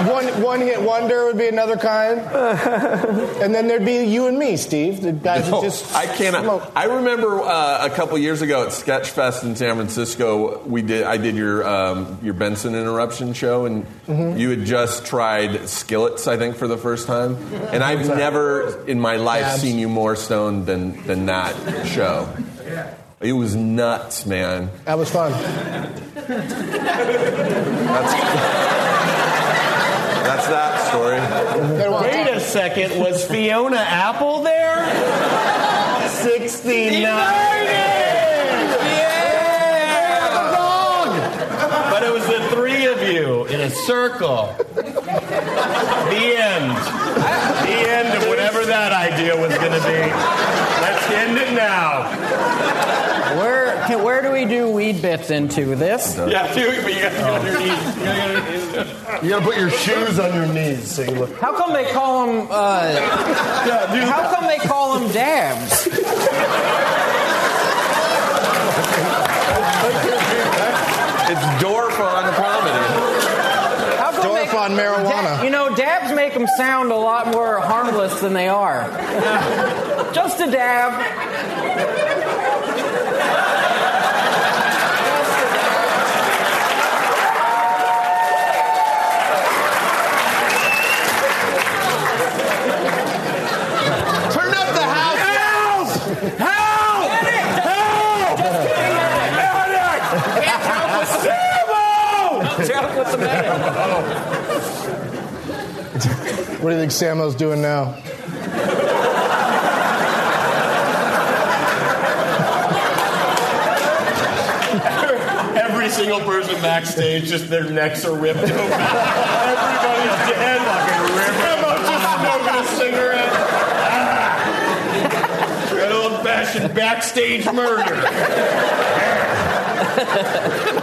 S1: one one hit wonder would be another kind, and then there'd be you and me, Steve. The guys who
S4: No,
S1: just
S4: I cannot. I remember uh, a couple years ago at Sketchfest in San Francisco, we did. I did your um, your Benson interruption show, and
S1: Mm-hmm.
S6: Mhm.
S4: you had just tried skillets, I think, for the first time. And I've
S6: What's that?
S4: never in my life
S6: Abs.
S4: seen you more stoned than than that show. It was nuts, man.
S1: that was fun.
S4: That's that story.
S6: Wait
S7: a second, was Fiona Apple there? 69. Yeah! But it was the three of you in a circle. The end. The end of whatever that idea was going to be. Let's end it now.
S3: Where can, where do we do weed bits into this?
S2: Yeah, dude, but you gotta do your knees.
S5: You gotta put your shoes on your knees so you look.
S3: How come they call them? Uh, how come they call them dabs?
S4: It's Dorf on comedy.
S3: How come
S1: Dorf
S3: they-
S1: on marijuana.
S3: Da- you know, dabs make them sound a lot more harmless than they [laughs] are. Just a dab.
S2: Turn up the house. Help! Help! Help! Medic! Can't help us.
S7: Oh!
S2: Sambo! what's the
S3: [laughs]
S2: matter?
S1: What do you think Samo's doing now?
S2: Every single person backstage, just their necks are ripped open. Everybody's dead. Fucking ripped. Sambo's just smoking a cigarette. Ah. Good old fashioned backstage murder.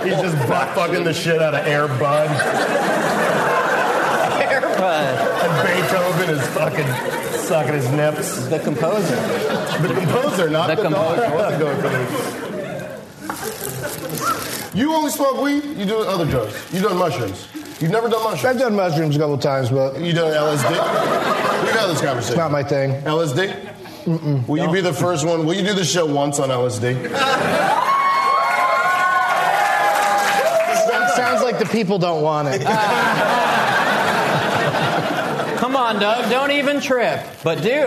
S5: He's just butt fucking the shit out of Air Bud.
S3: Air Bud.
S5: And Beethoven is fucking sucking his nips.
S3: The composer.
S5: The composer, not the,
S6: The
S5: composer.
S6: composer.
S5: You only smoke weed. You do other drugs. You done mushrooms. You've never done mushrooms.
S1: I've done mushrooms a couple times, but
S5: you done LSD. We've had this conversation.
S1: Not my thing.
S5: LSD. Mm-mm. Will you be the first one? Will you do the show once on LSD?
S1: Sounds- sounds like the people don't want it.
S3: Come on, Doug. Don't even trip, but do.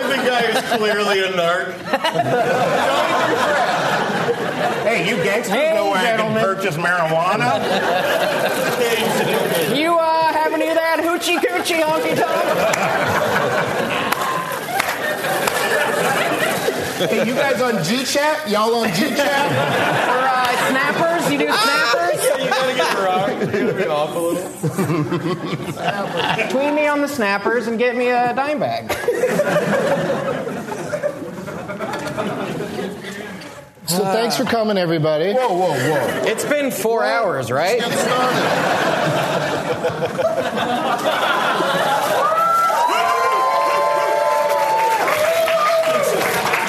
S2: The guy is clearly a narc. hey, you gangsters
S3: Hey,
S2: know where
S3: gentlemen.
S2: I can purchase marijuana?
S3: You uh, have any of that hoochie coochie honky tonk?
S5: hey, you guys on G Chat? Y'all on G Chat?
S3: Or uh, snappers? You do snappers?
S2: you gotta get rock.
S3: Tweet me on the snappers and get me a dime bag.
S1: So thanks for coming, everybody. Whoa,
S5: whoa, whoa.
S3: It's been four hours, right?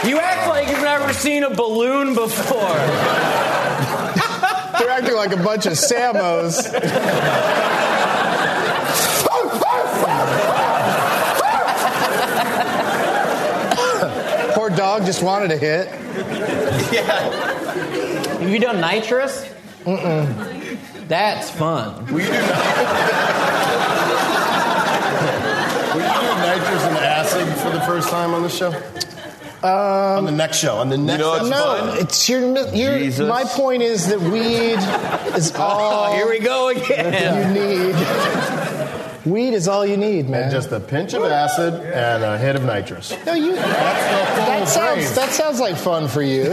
S3: You act like you've never seen a balloon before.
S1: They're acting like a bunch of Samos. Poor dog just wanted a hit.
S3: Have you done nitrous? Mm-mm. That's fun.
S5: Will you do Will you do nitrous and acid for the first time on the show? on the next show. On the next
S4: know what's
S5: episode.
S1: No, Um, it's your. your
S4: Jesus.
S1: my point is that weed
S4: [laughs]
S1: is all.
S3: Oh, here we go again.
S1: You need. Weed is all you need, man.
S5: And just a pinch of acid and a hit of nitrous.
S1: no, you.
S5: That's the full
S1: That sounds.
S5: phrase. [laughs]
S1: That sounds like fun for you.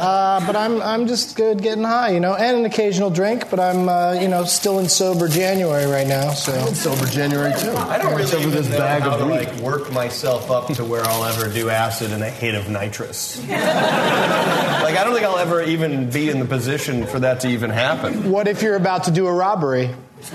S1: Uh, but I'm I'm just good getting high, you know, and an occasional drink. But I'm uh, you know still in sober January right now. So
S5: sober January too.
S7: I don't really
S5: Except for
S7: even
S5: this
S7: know
S5: bag
S7: how
S5: of
S7: to
S5: weed.
S7: like work myself up to where I'll ever do acid and a hit of nitrous. like I don't think I'll ever even be in the position for that to even happen.
S1: What if you're about to do a robbery? [laughs]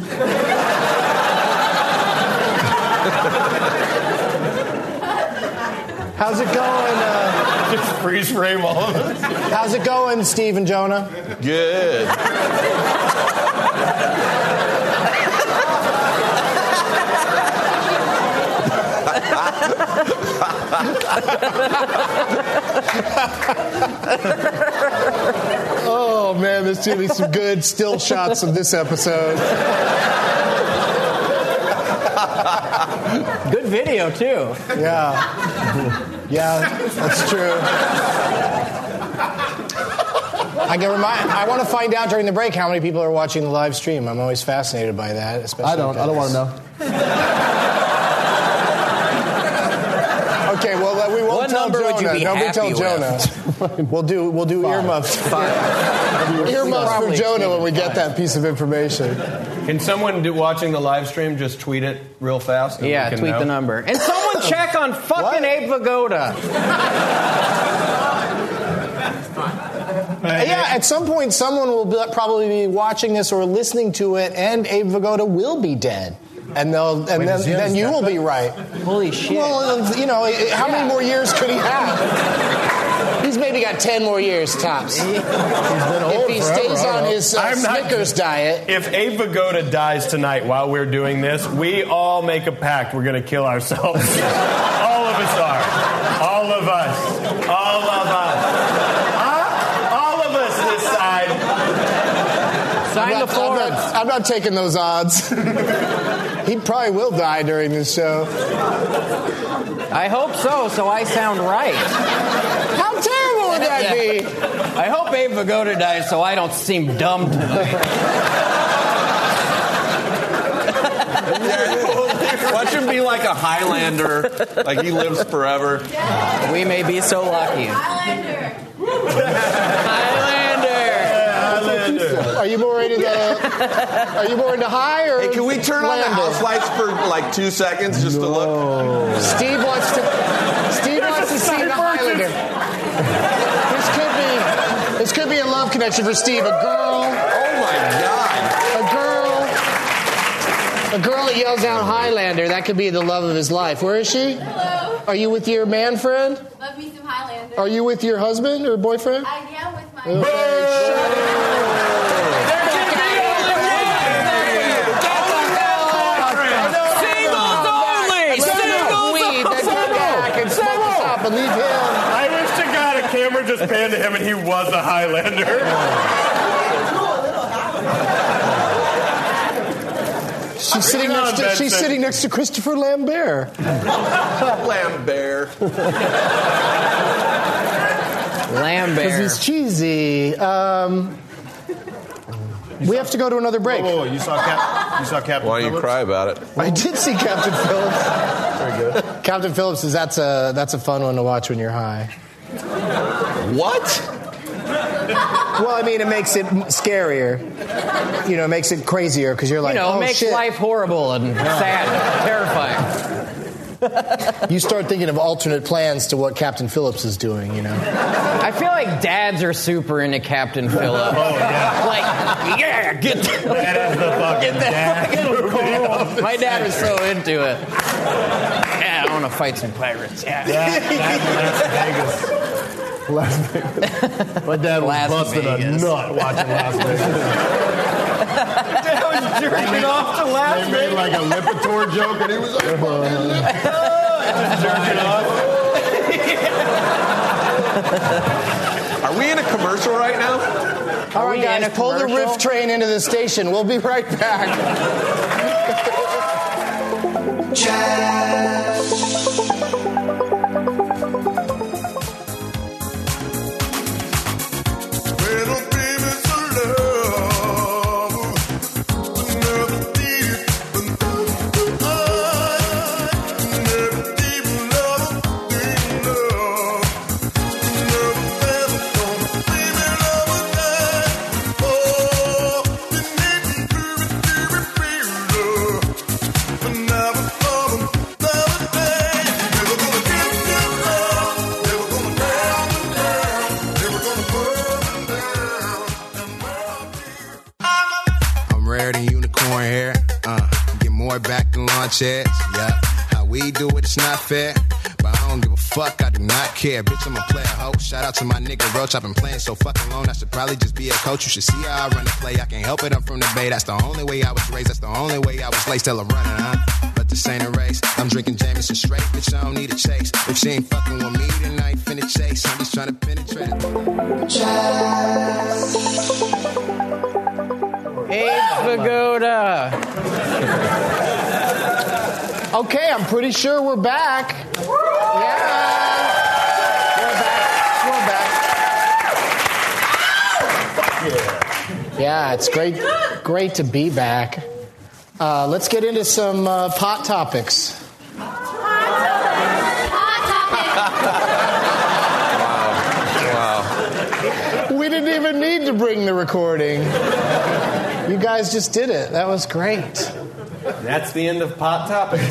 S1: How's it going? Uh,
S7: Just freeze frame all of it.
S1: how's it going, Steve and Jonah?
S4: Good.
S1: Oh man, there's gonna be some good still shots of this episode.
S3: Good video too.
S1: Yeah, yeah, that's true. I can remind. I want to find out during the break how many people are watching the live stream. I'm always fascinated by that. Especially
S5: I don't. I don't want to know.
S1: know. Okay, well uh, we won't
S3: What
S1: tell
S3: number
S1: Jonah.
S3: would you be
S1: Nobody
S3: happy
S1: tell
S3: with?
S5: [laughs]
S1: Jonah. we'll do. We'll do earmuffs. Earmuffs for
S3: Probably
S1: Jonah when
S3: Steven
S1: we get
S3: Fine.
S1: that piece of information.
S7: Can someone do, watching the live stream just tweet it real fast? and
S3: Yeah,
S7: we can
S3: tweet
S7: know?
S3: the number. And someone check on fucking Abe Vigoda.
S1: Yeah, at some point, someone will be, probably be watching this or listening to it, and Abe Vigoda will be dead. And they'll, and then,
S5: is he on
S1: then
S5: his
S1: you will be right.
S3: Holy shit.
S1: Well, uh, you know, eh, how many more years could he have? [laughs] He's maybe got ten more years tops. if he
S5: forever,
S1: stays
S5: I
S1: on
S5: don't
S1: his uh,
S7: I'm not-
S1: Snickers diet,
S7: If Abe Vigoda dies tonight while we're doing this, we all make a pact we're going to kill ourselves. [laughs] all of us are. All of us. All of us. Huh? All of us this side.
S3: Sign
S1: I'm,
S3: the
S1: not, I'm
S3: forms.
S1: not- I'm not taking those odds. [laughs] he probably will die during this show.
S3: I hope so, so I sound right.
S1: How terrible would that
S3: Yeah.
S1: be?
S3: I hope Abe Vigoda dies so I don't seem dumb tonight.
S4: Watch him be like a Highlander. Like he lives forever.
S3: we may be so lucky. Highlander!
S1: Are you more into the? [laughs] Are you more into high or?
S4: Hey, can we turn on the
S1: Lander?
S4: house lights for like two seconds just to look?
S1: Steve wants to. Steve wants to see the Highlander. This could be. This could be a love connection for Steve. A girl.
S4: Oh my god.
S1: A girl. A girl that yells out Highlander. That could be the love of his life. Where is she?
S13: Hello.
S1: Are you with your man friend?
S13: Love me some Highlander.
S1: Are you with your husband or boyfriend?
S13: I am with my.
S3: Singles only! Singles
S1: Weed. Then go back and smoke this up and leave him.
S7: I wish to God a camera just panned to him and he was a Highlander.
S1: She's sitting
S7: Come on,
S1: next. To, she's
S7: Benson.
S1: sitting next to Christopher Lambert.
S4: Lambert.
S1: Because
S3: Lambert.
S1: he's cheesy. Um, we have to go to another break.
S5: Whoa, whoa, Oh, you saw Cap? You saw Captain?
S4: Why don't you
S5: Phillips?
S4: cry about it?
S1: I did see Captain Phillips.
S5: Very good.
S1: Captain Phillips is that's a that's a fun one to watch when you're high.
S4: What?
S1: Well, I mean, it makes it m- scarier. You know, it makes it crazier because you're like,
S3: You know,
S1: oh
S3: makes
S1: shit.
S3: life horrible and sad, and terrifying.
S1: You start thinking of alternate plans to what Captain Phillips is doing. You know,
S3: I feel like dads are super into Captain Phillip.
S6: [laughs]
S7: Oh, yeah.
S3: Like, yeah, get
S7: That is the fucking
S3: Get that
S7: dad.
S3: fucking
S7: movie of the
S3: My dad was
S7: century.
S3: so into it. Yeah, I want to fight some pirates. Yeah.
S7: That- that's Las Vegas.
S5: Las Vegas. My dad was
S3: Las
S5: busted
S3: Vegas.
S5: a nut watching Las Vegas.
S7: I was jerking off to
S5: they
S7: Las
S5: made
S7: Vegas.
S5: like a Lipitor joke, and he was like, "Fucking
S7: Jerking off.
S4: Are we in a commercial right now?
S1: all
S3: we
S1: right,
S3: in
S1: guys,
S3: a
S1: pull the
S3: commercial?
S1: riff train into the station. We'll be right back.
S6: Love.
S14: more hair. Uh, get more back than launch ads. Yeah. How we do it, it's not fair. But I don't give a fuck, I do not care. Bitch, I'm a player, ho. Shout out to my nigga Roach. I've been playing so fucking long, I should probably just be a coach. You should see how I run the play. I can't help it, I'm from the Bay. That's the only way I was raised. That's the only way I was laced. Tell her running, huh? But this ain't a race. I'm drinking Jameson straight, bitch, I don't need a chase. If she ain't fucking with me, then I ain't finna chase. I'm just trying to penetrate it.
S3: Abe Vagoda.
S1: Okay, I'm pretty sure we're back. Yeah. We're back. We're back. Yeah, it's great great to be back. Uh, let's get into some uh, pot topics. We didn't even need to bring the recording. You guys just did it. That was great.
S7: That's the end of Pot Topics.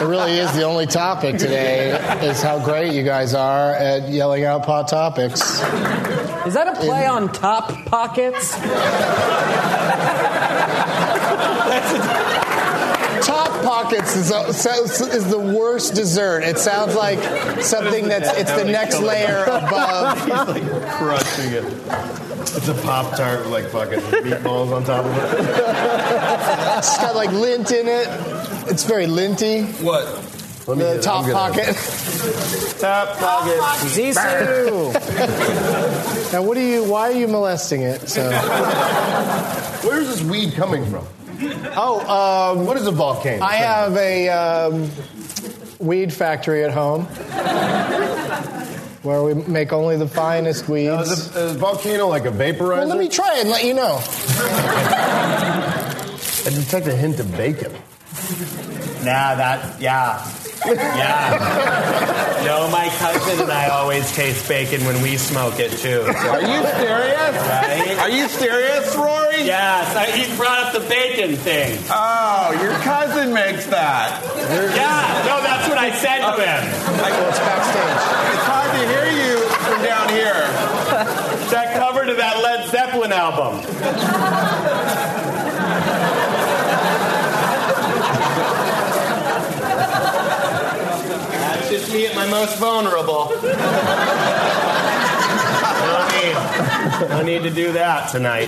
S1: It really is the only topic today is how great you guys are at yelling out pot topics.
S3: Is that a play on top pockets?
S1: Top Pockets is, a, so- so- is the worst dessert. It sounds like something that's it's the next layer above.
S6: Uh-huh. [laughs] He's like crushing it. It's a pop tart with like fucking meatballs on top of it.
S1: It's got like lint in it. It's very linty.
S4: What?
S1: The top pocket.
S6: Top pocket.
S1: Zisu. now, what are you? Why are you molesting it? So,
S6: Where's this weed coming from?
S1: oh, um,
S6: What is a volcano?
S1: I have a um, weed factory at home where we make only the finest
S6: Now,
S1: weeds.
S6: is a, is a volcano like a vaporizer?
S1: uh, Well, let me try it and let you know.
S6: I detect a hint of bacon.
S7: Nah, that, yeah. Yeah. No, my cousin and I always taste bacon when we smoke it, too.
S4: Are you serious?
S7: Right?
S4: Are you serious, Rory?
S7: Yes, I, he brought up the bacon thing.
S4: Oh, your cousin makes that.
S7: Yeah, no, that's what I said to him.
S1: It's backstage.
S4: It's hard to hear you from down here.
S7: That cover to that Led Zeppelin album. That's just me at my most vulnerable. no need. No need to do that tonight.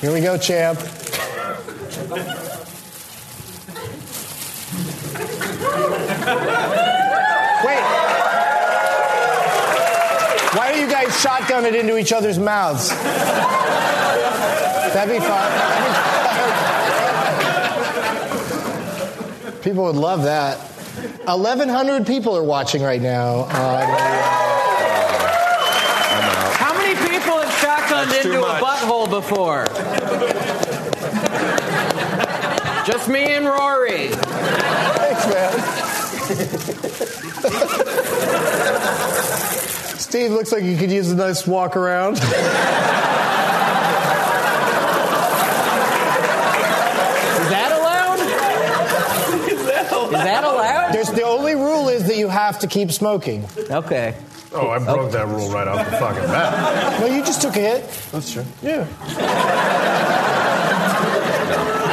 S1: Here we go, champ. Wait. Why do you guys shotgun it into each other's mouths? That'd be fun. people would love that. 1,100 people are watching right now. on- uh,
S3: How many people have shotgunned
S4: That's too
S3: into a
S4: much.
S3: butthole before? Just me and Rory.
S1: Thanks, man. Steve, looks like you could use a nice walk around.
S3: Is that allowed? Is that allowed?
S1: There's the only rule is that you have to keep smoking.
S3: Okay.
S6: Oh, I broke that rule right off the fucking bat.
S1: No, you just took a hit.
S6: That's true.
S1: Yeah.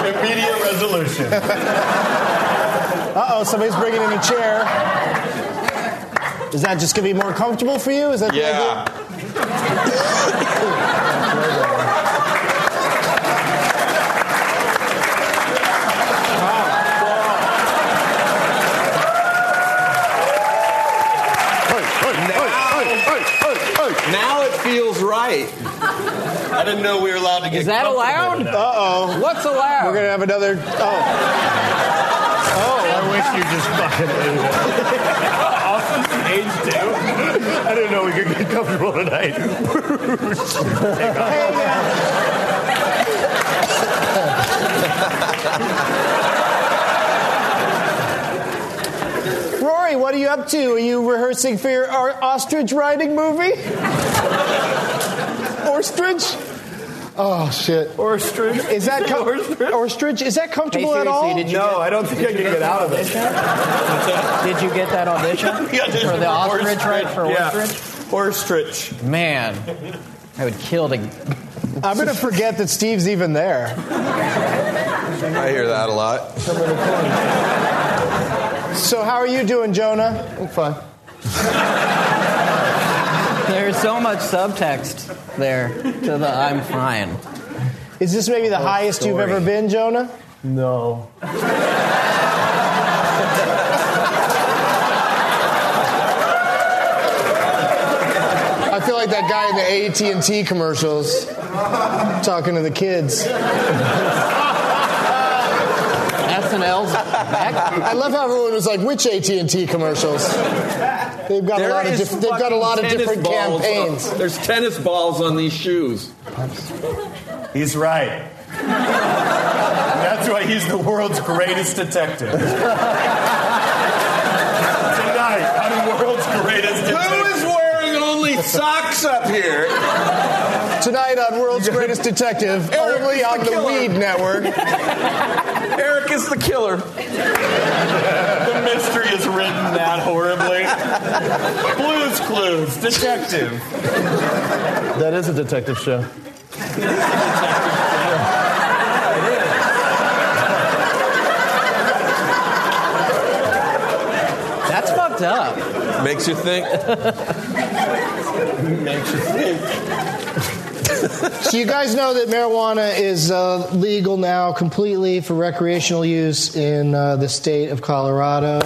S7: Immediate resolution.
S1: Uh oh, somebody's bringing in a chair. Is that just gonna be more comfortable for you? Is that the idea?
S4: Yeah. Now it feels right.
S7: I didn't know we were allowed to get
S3: Is that allowed?
S1: Uh oh.
S3: What's allowed?
S1: We're gonna have another. Oh,
S6: I wish you just fucking
S7: age
S6: ate it.
S7: two?
S6: I didn't know we could get comfortable tonight.
S1: hey, uh, Rory, what are you up to? Are you rehearsing for your ar- ostrich riding movie? Ostrich? Oh shit.
S6: or string.
S1: Is that com- ostrich? Is that comfortable
S3: Hey,
S1: at all?
S3: seriously, did you-
S6: No, I don't think I can get out of it.
S3: Did you get that audition
S7: [laughs] Yeah, this
S3: for
S7: is
S3: the
S7: the
S3: ostrich
S7: worst
S3: right for
S7: Yeah.
S3: ostrich?
S7: Ostrich.
S3: Man, I would kill to. [laughs]
S1: I'm going to forget that Steve's even there.
S4: I hear that a lot.
S1: So, how are you doing, Jonah? I'm fine.
S3: There's so much subtext there to the I'm fine.
S1: Is this maybe the highest you've
S3: story.
S1: ever been, Jonah?
S5: No.
S1: I feel like that guy in the AT and T commercials talking to the kids.
S3: SNL's back.
S1: I love how everyone was like, "Which AT and T commercials?" They've got
S4: There
S1: a lot of
S4: is
S1: diff- they've got a lot of
S4: fucking
S1: different
S4: tennis balls
S1: campaigns.
S4: on- there's tennis balls on these shoes.
S7: He's right. That's why he's the world's greatest detective. Tonight, on world's greatest
S4: Who
S7: detective.
S4: is wearing only socks up here?
S1: Tonight on World's Greatest Detective, only on the Weed Network.
S4: Eric is the killer.
S7: The mystery is written that horribly. Blues Clues, detective.
S5: That is a detective show.
S3: That's fucked up.
S4: Makes you think.
S1: So you guys know that marijuana is uh, legal now completely for recreational use in uh, the state of Colorado.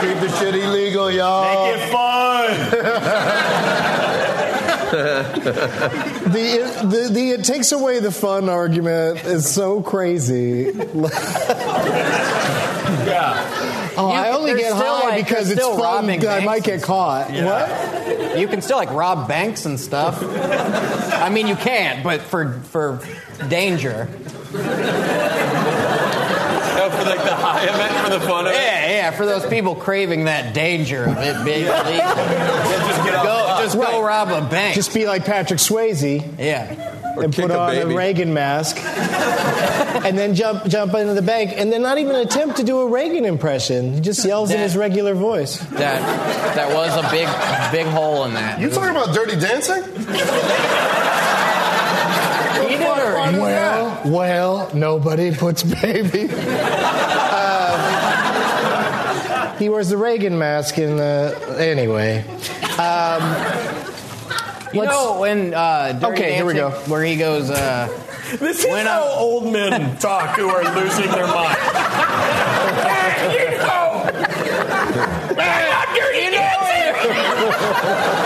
S6: Keep the shit illegal, y'all.
S7: Make it fun.
S1: The, the, the it takes away the fun argument is so crazy.
S7: Yeah.
S1: Oh,
S3: You-
S1: I only
S3: they're
S1: get
S3: still,
S1: high
S3: like,
S1: because
S3: they're
S1: it's
S3: still
S1: fun.
S3: robbing
S1: that I might get
S3: banks
S1: caught.
S3: You can still like rob banks and stuff. I mean, you can't, but for for danger.
S4: Oh, for like the high event, for the fun of
S3: Yeah,
S4: it.
S3: yeah. For those people craving that danger of it being illegal,
S7: We'll just get
S3: go
S7: off.
S3: just go rob a bank.
S1: Just be like Patrick Swayze
S3: yeah.
S4: Or
S1: and
S4: kick
S1: put
S4: a
S1: on
S4: baby.
S1: a Reagan mask, and then jump jump into the bank, and then not even attempt to do a Reagan impression. He just yells in
S3: Yeah.
S1: his regular voice.
S3: That that was a big big hole in that.
S6: You talking about dirty dancing?
S3: He did a-
S1: Well, well, nobody puts baby. [laughs] Uh, he wears the Reagan mask, and uh, anyway,
S3: You
S1: Let's-
S3: know when uh, Dirty
S1: Okay, here we
S3: Dancing,
S1: go.
S3: Where he goes, uh,
S7: This is
S3: When
S7: how
S3: I'm-
S7: old men talk who are losing their mind. hey, you know. Hey, I'm dirty dancing.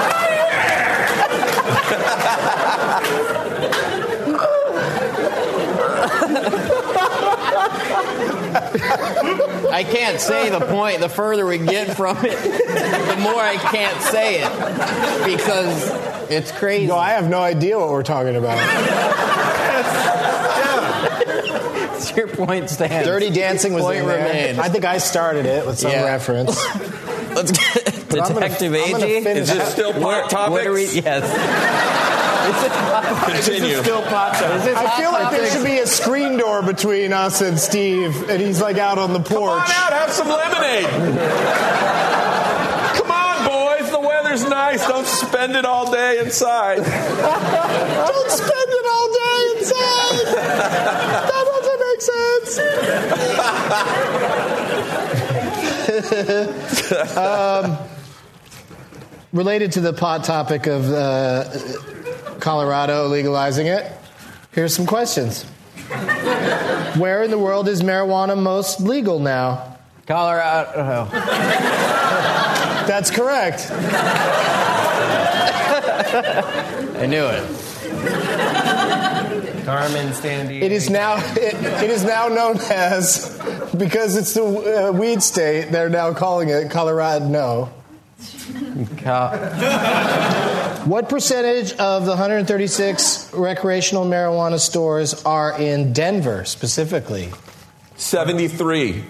S3: I can't say the point. The further we get from it, the more I can't say it because it's crazy.
S1: no, I have no idea what we're talking about.
S3: It's your point stands.
S1: Dirty Dancing was
S3: point
S1: in there.
S3: remains.
S1: I think I started it with some
S3: Yeah.
S1: reference. [laughs]
S3: Let's get
S1: But I'm gonna-
S3: Detective
S1: I'm gonna
S3: AG.
S1: finish-
S4: Is this still
S3: What-
S4: part topics?
S3: What are we?
S4: [laughs]
S3: Yes. Is it-
S4: Continue.
S7: Still pops up.
S3: is it
S1: I
S3: hot
S1: feel like there
S3: topics?
S1: should be a screen door between us and Steve, and he's like out on the
S4: Come on
S1: porch.
S4: out, have some lemonade. Come on, boys. The weather's nice. Don't spend it all day inside.
S1: Don't spend it all day inside. That doesn't make sense. um, related to the pot topic of uh, Colorado legalizing it, here's some questions. Where in the world is marijuana most legal now?
S3: Colorado. oh.
S1: That's correct.
S3: I knew it.
S7: Carmen Sandy.
S1: It is now [laughs] it, it is now known as because it's the uh, weed state. They're now calling it Colorado. No.
S3: Co-
S1: What percentage of the 136 recreational marijuana stores are in Denver specifically?
S4: 73.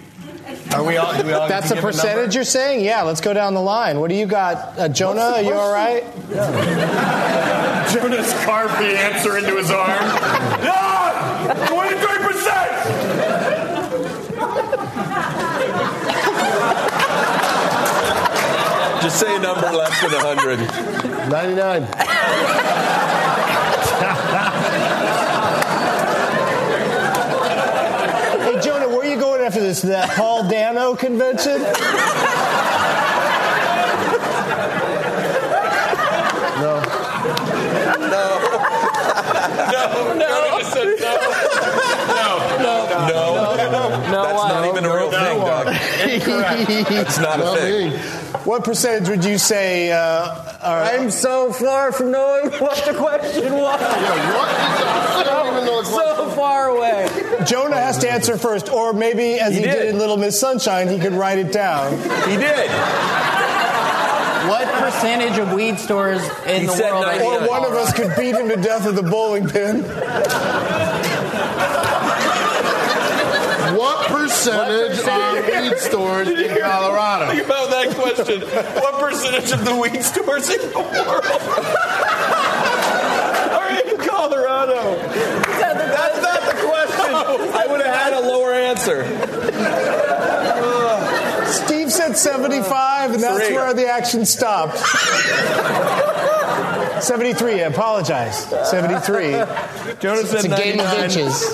S7: Are we all? Do we all
S1: That's
S7: give
S1: a
S7: number?
S1: percentage you're saying? Yeah, let's go down the line. What do you got? Uh, Jonah, are you all right?
S7: Jonas carved the answer into his arm. Ah, 23%!
S4: Just say a number less than [laughs] 100.
S5: 99.
S1: Hey, Jonah, where are you going after this? That Paul Dano convention?
S4: No, no. No, no, no, That's not even a real thing, Doug. That's not a thing.
S1: What percentage would you say uh, are.
S15: I'm so far from knowing [laughs] what the question was. so, so far away.
S1: Jonah has to answer first, or maybe as he, did. in Little Miss Sunshine, he could write it down.
S4: He did.
S3: What percentage of weed stores in
S1: He
S3: the
S1: said
S3: world? are
S1: 99.
S3: legal?
S1: Or one of us could beat him to death with a bowling pin.
S6: What percentage of weed stores in Colorado?
S4: Think about that question. What percentage of the weed stores in the world are in Colorado? That's not the question. I would have had a lower answer.
S1: Steve said 75, and that's
S4: Three.
S1: where the action stopped. 73, I apologize. 73.
S7: Jonah
S1: it's a
S7: said
S1: game of
S7: 99.
S1: inches.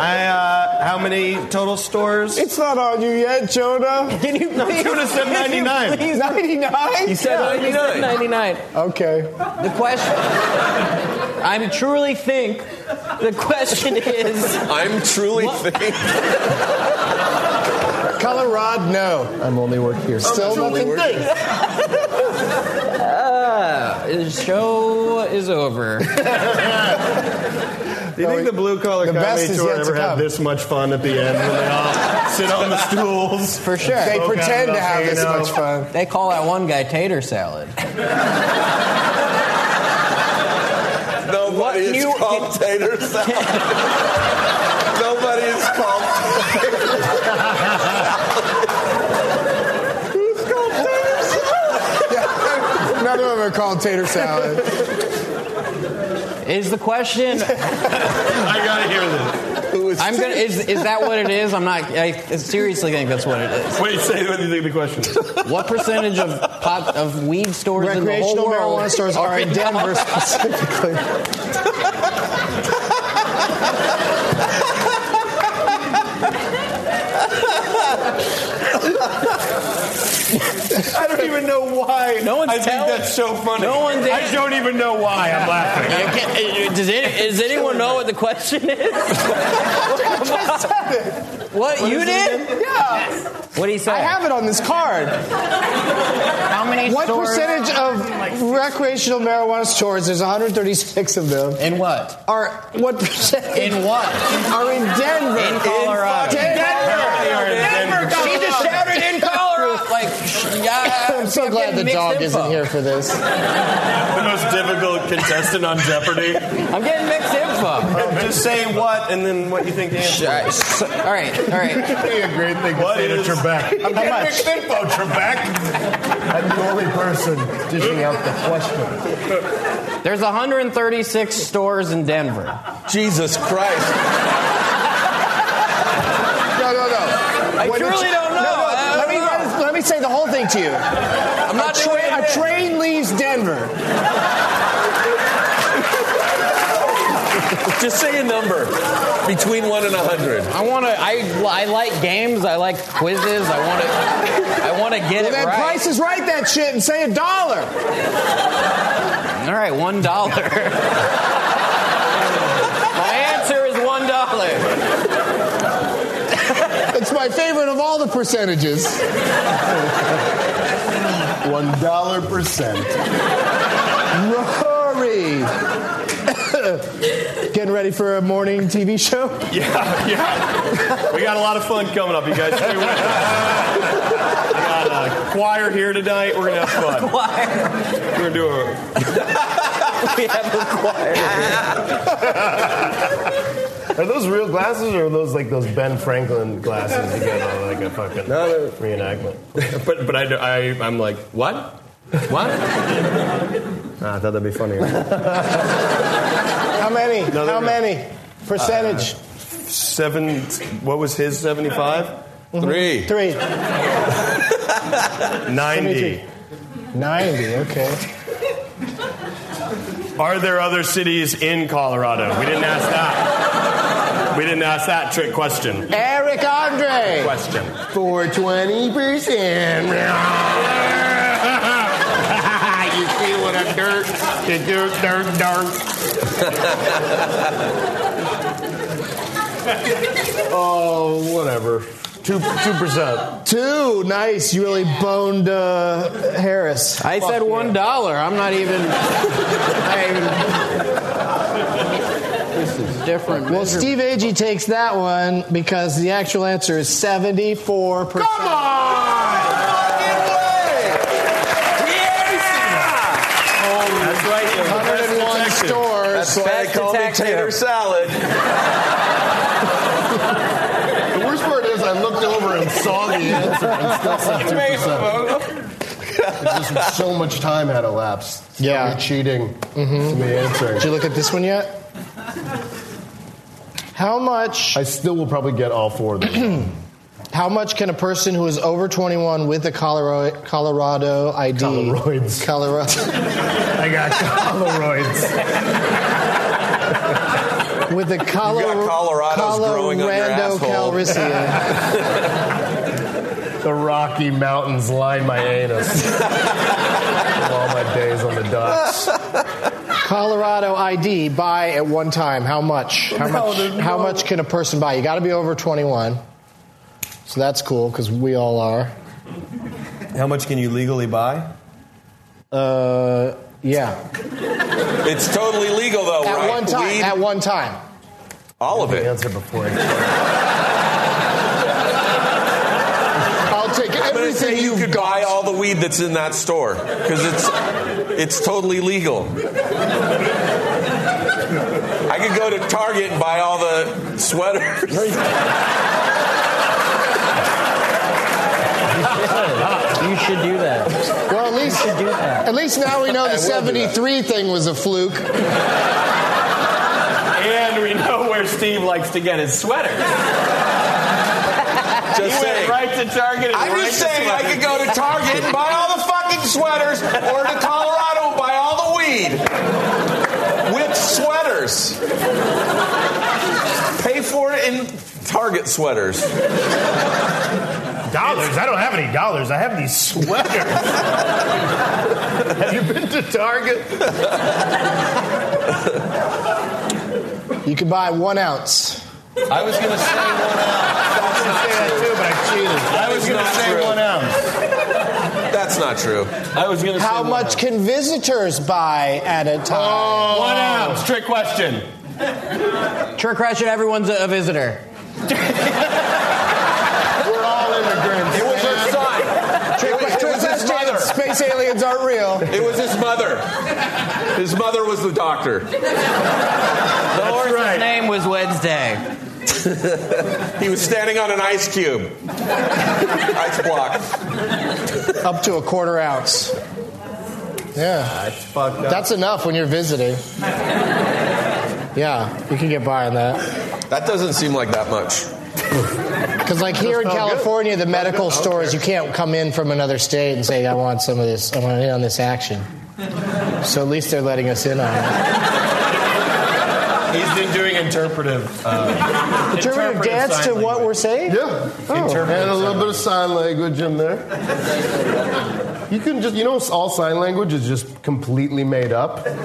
S15: I, uh, how many total stores?
S1: It's not on you yet, Jonah.
S15: Can you
S7: No,
S15: please?
S7: Jonah said
S15: can you
S7: 99.
S15: please-
S1: 99?
S4: He said
S15: Yeah, he said
S4: 99.
S15: 99.
S1: Okay.
S15: The question. I truly think the question is.
S4: I'm truly thinking.
S1: Colorado, no. Oh,
S5: I'm only working here.
S1: Still
S4: only
S1: nothing.
S4: working.
S15: Uh, the show is over.
S7: Do you think the blue collar
S1: The best
S7: comedy
S1: is
S7: tour
S1: yet to
S7: ever had
S1: come.
S7: this much fun at the end when they all sit on the stools?
S15: For sure.
S1: They
S7: Okay,
S1: pretend to
S7: okay,
S1: have
S7: you
S1: this
S7: know.
S1: much fun.
S3: They call that one guy tater salad.
S4: Nobody is
S15: you-
S4: called tater
S1: [laughs]
S4: salad. Nobody is called tater salad. Who's called tater salad?
S1: [laughs] Yeah. None of them are called tater salad.
S3: Is
S15: [laughs]
S3: the question?
S7: I gotta hear this.
S4: Who is
S3: I'm gonna.
S4: tater-
S3: Is is that what it is? I'm not. I seriously think that's what it is.
S7: Wait, say what do you think the question is?
S3: What percentage of pot of weed stores in the whole
S1: Recreational
S3: world
S1: marijuana stores [laughs] are in Denver specifically.
S7: [laughs] I don't even know why.
S3: No one's
S7: I think
S3: telling-
S7: that's so funny.
S3: no one's-
S7: I don't even know why I'm [laughs] laughing.
S15: I can't- uh, Does, any, does anyone know what the question
S1: [laughs]
S15: is?
S3: What, you did?
S1: Yeah.
S3: What do you say?
S1: I have it on this card.
S3: How many
S1: What
S3: stores?
S1: percentage of recreational marijuana stores, there's 136 of them,
S3: In what?
S1: are what percentage?
S3: In what?
S1: Are in Denver.
S3: In Colorado.
S1: In
S7: They are
S1: Denver.
S7: in Denver.
S3: She just shouted in Colorado. Like, yeah.
S1: [laughs] I'm so
S3: fucking
S1: glad the
S3: mixed
S1: dog isn't
S3: info.
S1: here for this.
S7: The most difficult contestant on Jeopardy.
S3: I'm getting mixed info.
S7: Just say what and then what you think the answer
S3: All right, so- all right, all right.
S6: That'd be a great thing
S7: What
S6: to say
S7: is-
S6: to Trebek.
S7: I'm getting mixed info, Trebek.
S5: I'm the only person dishing out the question.
S3: There's 136 stores in Denver.
S4: Jesus Christ.
S1: No, no, no.
S3: I
S1: What did
S3: truly
S1: you-
S3: don't
S1: No,
S3: know.
S1: no,
S3: I
S1: Let,
S3: don't
S1: me,
S3: know.
S1: let me say the whole thing to you.
S3: I'm
S1: A,
S3: not
S1: tra-
S3: doing
S1: a
S3: it.
S1: train leaves Denver.
S4: Just say a number between 1 and 100.
S3: I want to. I, I like games. I like quizzes. I want to. I want to get
S1: Well,
S3: it
S1: then
S3: right.
S1: Price is right that shit and say a dollar.
S3: All right, one dollar. My answer is one dollar.
S1: It's my favorite of all the percentages.
S6: One dollar percent.
S1: Rory. Getting ready for a morning TV show?
S7: Yeah, yeah. We got a lot of fun coming up, you guys. Stay with us. We got a choir here tonight. We're gonna have fun.
S3: Why?
S7: We're gonna do a.
S3: We have a choir.
S5: Are those real glasses or are those like those Ben Franklin glasses you get on like a fucking
S7: No, no.
S4: [laughs]
S5: reenactment?
S7: But but I, I I'm like what? What? Ah, I thought that'd be funnier.
S1: How many?
S7: No, they're
S1: How
S7: good.
S6: Uh,
S1: many? Percentage?
S7: Seven. What was his? Seventy-five.
S4: Mm-hmm. Three.
S1: Three.
S7: 90.
S1: 90, okay.
S7: Are there other cities in Colorado? We didn't ask that. We didn't ask that trick question.
S1: Eric Andre.
S7: Question.
S5: For 20%. you see what a dirt, the dirt, dirt, dirt.
S6: Oh, whatever. Two two percent.
S1: Two. Nice. You really boned uh, Harris.
S3: I said one dollar. I'm not even. I- this is different.
S1: Well, Steve Agee takes that one because the actual answer is 74%. Come
S7: That's right. you press
S1: 101
S7: detected.
S1: stores.
S4: That's why they call me tater salad.
S5: The worst part is I looked over and saw the answer
S1: [laughs]
S5: and still said two percent. Just so much time had elapsed. from
S1: Yeah.
S5: me cheating.
S1: Mhm.
S5: To me answering.
S1: Did you look at this one yet? How much?
S5: I still will probably get all four of
S1: [clears throat]
S5: them.
S1: How much can a person who is over 21 with a Colorado, Colorado ID? Coloroids.
S6: I got Polaroids.
S4: [laughs]
S1: with a Color,
S4: got Colorados growing up your
S1: Colorado
S4: asshole.
S1: Calrissian.
S6: [laughs]
S5: the
S6: Rocky Mountains line my anus. [laughs] Of all my days on the docks.
S1: Colorado ID buy at one time. How much? How
S6: No,
S1: much?
S6: there's
S1: How
S6: no-
S1: much can a person buy? You got to be over 21. So that's cool because we all are.
S16: How much can you legally buy?
S1: Uh, yeah.
S4: It's totally legal though,
S1: at
S4: right?
S1: one time.
S4: Weed?
S1: At one time.
S4: all of
S5: The
S4: it.
S5: answer before.
S1: I'll take
S4: I'm gonna
S1: everything
S4: say you
S1: you've
S4: could
S1: got.
S4: buy all the weed that's in that store because it's it's totally legal. I could go to Target and buy all the sweaters.
S3: You should do that.
S1: Well, at least at least now we know
S4: [laughs] I
S1: the
S4: will do that.
S1: 73 thing was a fluke.
S7: And we know where Steve likes to get his sweaters. he
S4: Just
S7: went
S4: saying.
S7: right to Target and
S4: I'm
S7: right
S4: just
S7: to
S4: saying I
S7: sweaters.
S4: could go to Target and buy all the fucking sweaters, or to Colorado and buy all the weed with sweaters. Pay for it in Target sweaters.
S6: Dollars? I don't have any dollars. I have these sweaters. have you been to Target?
S1: You could buy one ounce.
S4: I was gonna say uh, one ounce.
S6: I say that too, but I cheated.
S4: That is
S6: gonna
S4: not true. That's not true.
S7: I was going to say
S1: How
S7: one
S1: much
S7: ounce. Oh.
S1: can visitors buy at a time?
S7: One ounce. Trick question.
S3: Trick question. Everyone's a, a visitor.
S5: We're all immigrants.
S4: It was her son. It was, it was his mother.
S1: Space aliens aren't real.
S4: It was his mother. His mother was the doctor.
S3: That's right. name was Wednesday.
S4: He was standing on an ice cube. Ice block.
S1: Up to a quarter ounce. Yeah.
S5: That's fucked up.
S1: That's enough when you're visiting. Yeah, you can get by on that.
S4: That doesn't seem like that much.
S1: Because, like, here in
S5: Smell good.
S1: California, the medical
S5: good. I don't
S1: stores, you can't come in from another state and say, I want some of this, I want in on this action. So at least they're letting us in on it.
S7: He's been doing interpretive. Uh,
S1: Interpretive dance
S7: sign
S1: to
S7: language.
S1: what we're saying?
S5: Yeah.
S7: Interpretive
S5: and Oh. a little
S7: sign
S5: bit of sign language in there. You can just, you know, all sign language is just completely made up. They're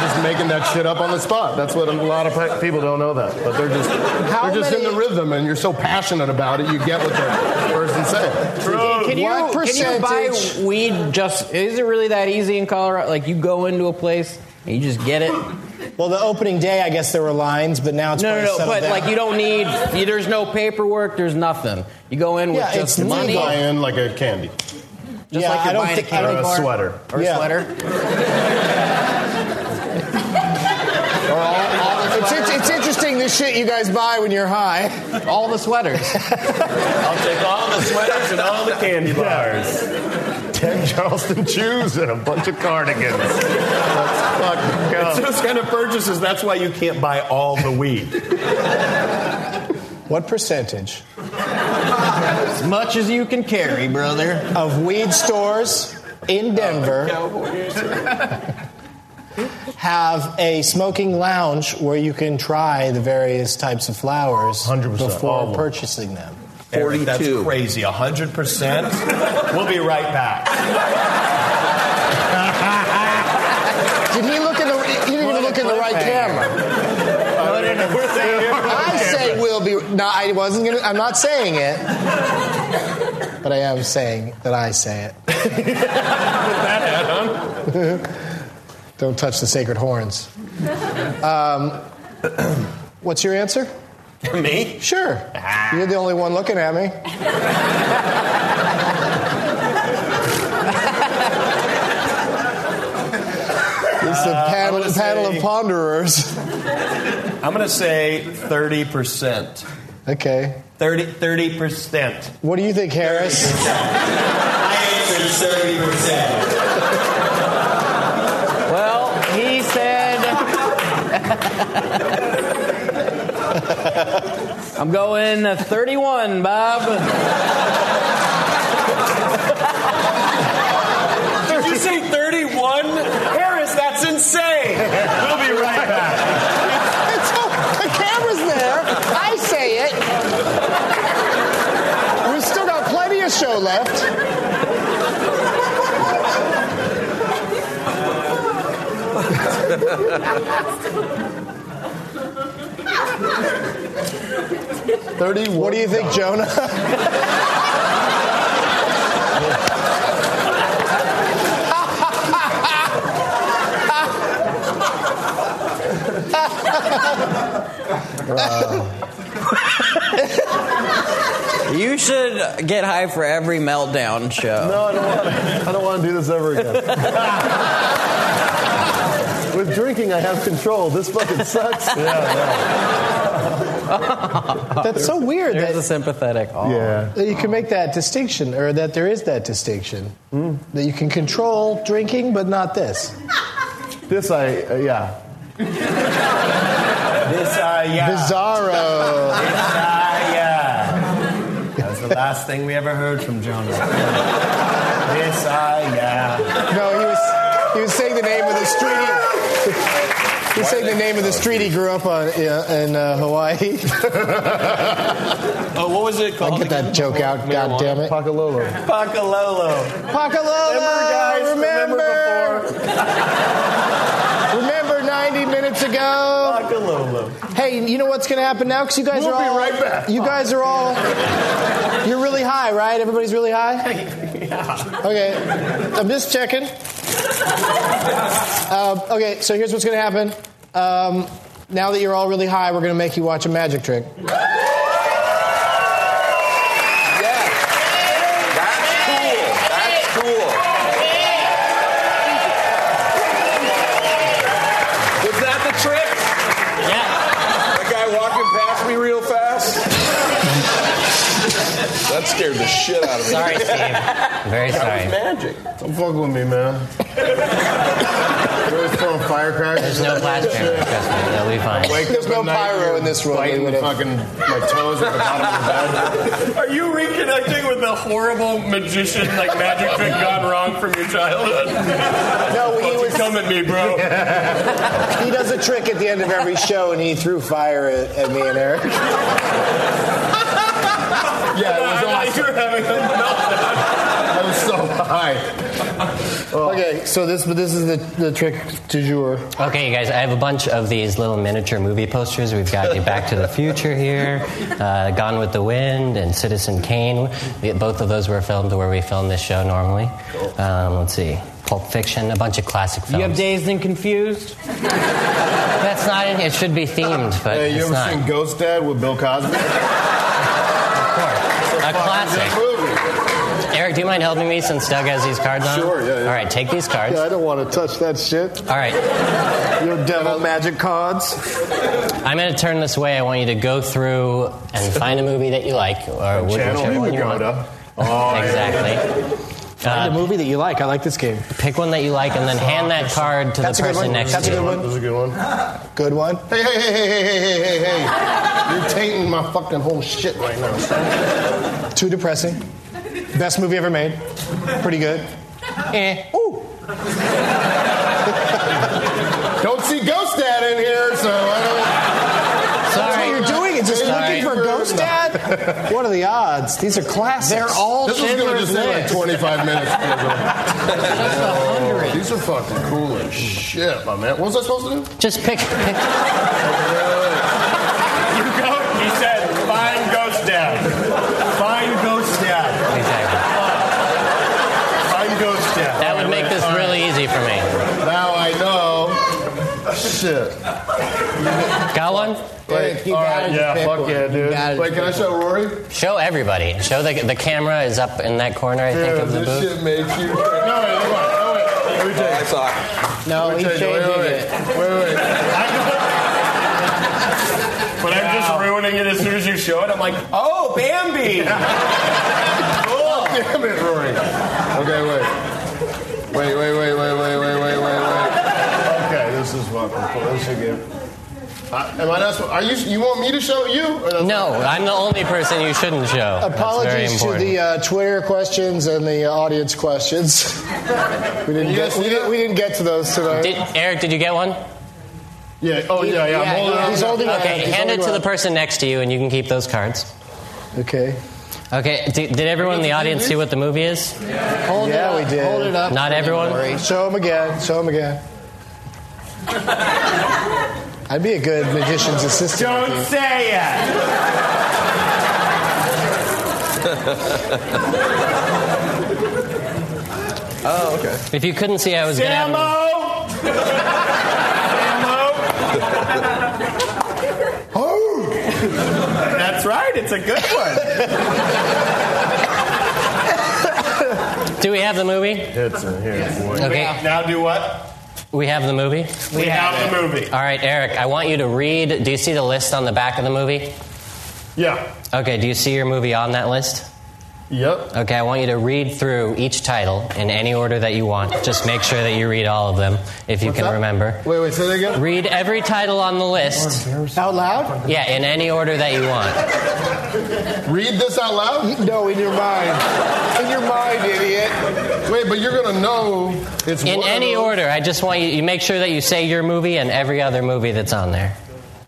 S5: just making that shit up on the spot. That's what a lot of pe- people don't know that, but they're just
S1: How
S5: they're just in
S1: many-
S5: the rhythm, and you're so passionate about it, you get what the person's saying.
S3: Can you,
S1: What
S3: can you
S1: percentage?
S3: buy weed just? Is it really that easy in Colorado? Like you go into a place and you just get it.
S1: Well, the opening day, I guess there were lines, but now it's
S3: No,
S1: probably
S3: no, no.
S1: settled
S3: But
S1: down.
S3: like you don't need. You, there's no paperwork. There's nothing. You go in with
S1: Yeah,
S3: just
S1: it's
S3: money,
S1: legal.
S5: Buy in like a candy.
S3: just
S1: Yeah,
S3: like you're
S1: I don't
S3: buying
S1: think-
S3: a
S1: I
S3: candy
S1: don't-
S3: bar
S5: Sweater.
S3: or a
S1: Yeah.
S3: sweater. Oh,
S1: It's, it's, it's interesting this shit you guys buy when you're high.
S3: All the sweaters.
S7: I'll take all the sweaters and all the candy bars.
S6: Ten Charleston shoes and a bunch of cardigans. Let's fucking
S7: It's
S6: go.
S7: those kind of purchases. That's why you can't buy all the weed.
S1: What percentage?
S17: As much as you can carry, brother.
S1: Of weed stores in Denver
S3: Oh,
S1: [laughs] have a smoking lounge where you can try the various types of flowers
S7: 100%, all of
S1: before
S7: them.
S1: purchasing them.
S7: Eric, that's crazy. 100%. we'll be right back.
S1: Did he look in the? He didn't even look in the right camera. I say we'll be. No, I wasn't gonna. I'm not saying it, but I am saying that I say
S7: [laughs]
S1: it. [laughs] Don't touch the sacred horns. Um, [clears throat] what's your answer?
S7: Me?
S1: Sure.
S7: Ah.
S1: You're the only one looking
S7: [laughs]
S1: at me. It's the
S7: Uh, I'm
S1: panel,
S7: gonna
S1: panel
S7: say-
S1: of ponderers. [laughs]
S7: I'm going to say 30%.
S1: Okay.
S7: 30, 30%.
S1: What do you think, Harris?
S18: Well, he
S3: [laughs]
S18: said. I'm going 31, Bob.
S2: Did you say 31? Harris, that's insane. We'll be right back.
S1: It's, the camera's there. I say it. We've still got plenty of show left. Thirty. What do you think, Jonah?
S17: You should get high for every meltdown show.
S5: No, I don't want to. I don't want to do this ever [laughs] again. With drinking, I have control. This fucking sucks.
S1: [laughs] That's so weird
S17: There's a
S1: that,
S17: sympathetic. Oh.
S5: Yeah.
S1: that you can make that distinction, or that there is that distinction that you can control drinking, but not this.
S5: This I uh, yeah.
S7: This, uh, yeah.
S1: Bizarro.
S7: This, uh, yeah. That's the last thing we ever heard from Jonah. This, uh, yeah.
S1: No, he was he was saying the name of the street. He, he was saying the name of the street he grew up on yeah, in uh, Hawaii.
S7: [laughs] Oh, what was it
S1: I
S7: called?
S1: get that joke out. God damn it,
S5: Pacalolo.
S7: Pakalolo.
S1: Pacalolo.
S7: Remember, guys,
S1: Remember,
S7: remember
S1: Remember 90 minutes ago.
S7: Pakalolo.
S1: Hey, you know what's going to happen now? Because you guys
S7: We'll
S1: are
S7: be
S1: all
S7: right back.
S1: You guys are all. You're really high, right? Everybody's really high. Okay, I'm just checking. Uh, okay, so here's what's going to happen. Um, now that you're all really high, we're going to make you watch a magic trick.
S4: That's cool. That's cool. Was that the trick? Yeah. That guy walking past me real fast? that scared the shit out of me.
S17: Sorry, Steve. Very sorry.
S4: Magic.
S5: Don't fuck with me, man. You're always throwing firecrackers.
S17: There's no flash camera.
S5: Shit.
S17: Trust me, they'll be fine.
S5: Wake
S1: There's
S5: up at
S1: no
S5: night,
S1: pyro
S5: you're
S1: in this room. They
S5: biting
S1: would've-
S5: fucking my toes at the bottom of the bed.
S2: Are you reconnecting with the horrible magician, like magic trick gone wrong from your childhood?
S1: No, he
S2: Don't you
S1: was-
S2: come at me, bro.
S1: He does a trick at the end of every show, and he threw fire at, at me and Eric.
S5: Yeah,
S7: [laughs]
S5: it was
S2: I
S5: awesome.
S2: thought you were having a meltdown.
S5: I was so high. Oh.
S1: Okay, so this this is the, the trick du jour.
S3: Okay, you guys, I have a bunch of these little miniature movie posters. We've got the Back to the Future here, uh, Gone with the Wind, and Citizen Kane. The- Both of those were filmed where we film this show normally. Um, let's see, Pulp Fiction, a bunch of classic
S18: You
S3: films.
S18: have dazed and confused?
S3: That's not in It should be themed, but
S5: Hey, you
S3: it's
S5: ever
S3: not.
S5: seen Ghost Dad with Bill Cosby?
S3: Of course. A
S5: That
S3: classic.
S5: movie.
S3: Eric, do you mind helping me since Doug has these cards on?
S5: Sure, yeah, yeah.
S3: All right, take these cards.
S5: Yeah, I don't want to touch that shit.
S3: All right.
S5: Your devil magic cards.
S3: I'm going to turn this way. I want you to go through and find a movie that you like, or whichever
S5: Channel
S3: one you want.
S5: Pagoda. Oh, yeah.
S3: exactly.
S9: Uh,
S1: Find a movie that you like. I like this game.
S9: Pick one that you like and then hand that card to
S1: That's
S9: the
S1: a good
S9: person
S1: one.
S9: next
S1: That's a
S9: to you.
S1: good one.
S5: That was a good one.
S1: Good one.
S5: Hey, hey, hey, hey, hey, hey, hey, hey, hey. You're tainting my fucking whole shit right now.
S1: Too depressing. Best movie ever made. Pretty good. Eh. Ooh.
S5: Don't see Ghost Dad in here, so I don't.
S1: That's what you're doing? It's just
S5: Sorry.
S1: looking for Ghost Dad? What are the odds? These are classics.
S5: They're all This is gonna just take like
S1: [laughs]
S5: 25 minutes. Whoa, These are fucking cool as shit, my man. What was I supposed to do?
S9: Just pick. pick.
S7: You go, he said, find Ghost Dad. Find Ghost Dad.
S9: Exactly.
S7: Find Ghost Dad.
S9: That would make this really easy for me.
S5: Now I know. Shit.
S9: Got one?
S5: Wait, all right, yeah, fuck yeah, dude. Wait, can I show Rory?
S9: Show everybody. Show the the camera is up in that corner. I think
S5: Dude,
S9: of the
S5: this
S9: booth.
S5: shit makes you. No, wait, come on. No,
S4: oh,
S5: wait. Let me take
S4: I saw.
S1: No,
S5: Wait, wait, wait. Wait, wait.
S7: But I'm just ruining it as soon as you show it. I'm like, oh, Bambi.
S5: Oh, damn it, Rory. Okay, wait. Wait, wait, wait, wait, wait, wait, wait, wait, wait. Okay, this is fucking cool. This is a game. Uh, am I not? sp- Are you? You want me to show you? Or that's
S9: No, I'm the only person you shouldn't show. That's very
S1: Apologies to
S9: important.
S1: the uh, Twitter questions and the uh, audience questions. we didn't
S5: You
S1: get
S5: guys
S1: we
S5: see
S1: didn't,
S5: that?
S1: we didn't get to those tonight.
S9: Did, Eric, did you get one?
S5: Yeah. Oh yeah, yeah.
S1: Yeah,
S5: I'm holding.
S1: yeah,
S5: on.
S1: he's holding on.
S9: Okay,
S1: He's
S9: hand it
S1: holding
S9: to the
S1: on.
S9: person next to you, and you can keep those cards.
S1: Okay.
S9: Okay, did, did everyone in the audience see what the movie is?
S1: Hold yeah, we did. Hold it up.
S9: Not everyone?
S1: Show him again. Show him again. I'd be a good magician's assistant. I
S7: Don't
S1: think.
S7: say it.
S4: Oh, okay.
S9: If you couldn't see, I was going to have
S7: Samo. Samo. Oh. That's right. It's a good one.
S9: Do we have the movie?
S5: It's in here, boy.
S9: Okay,
S7: Now do what?
S9: we have the movie.
S7: We have the movie.
S9: All right, Eric, I want you to read. Do you see the list on the back of the movie?
S5: Yeah.
S9: Okay, do you see your movie on that list?
S5: Yep.
S9: Okay, I want you to read through each title in any order that you want. Just make sure that you read all of them if you can
S5: that?
S9: remember.
S5: Wait, wait. Say that again.
S9: Read every title on the list.
S1: Out loud?
S9: Yeah, in any order that you want.
S5: Read this out loud.
S1: No, in your mind. In your mind, idiot.
S5: Wait, but you're gonna know it's
S9: In
S5: one of
S9: any
S5: those-
S9: order. I just want you you make sure that you say your movie and every other movie that's on there.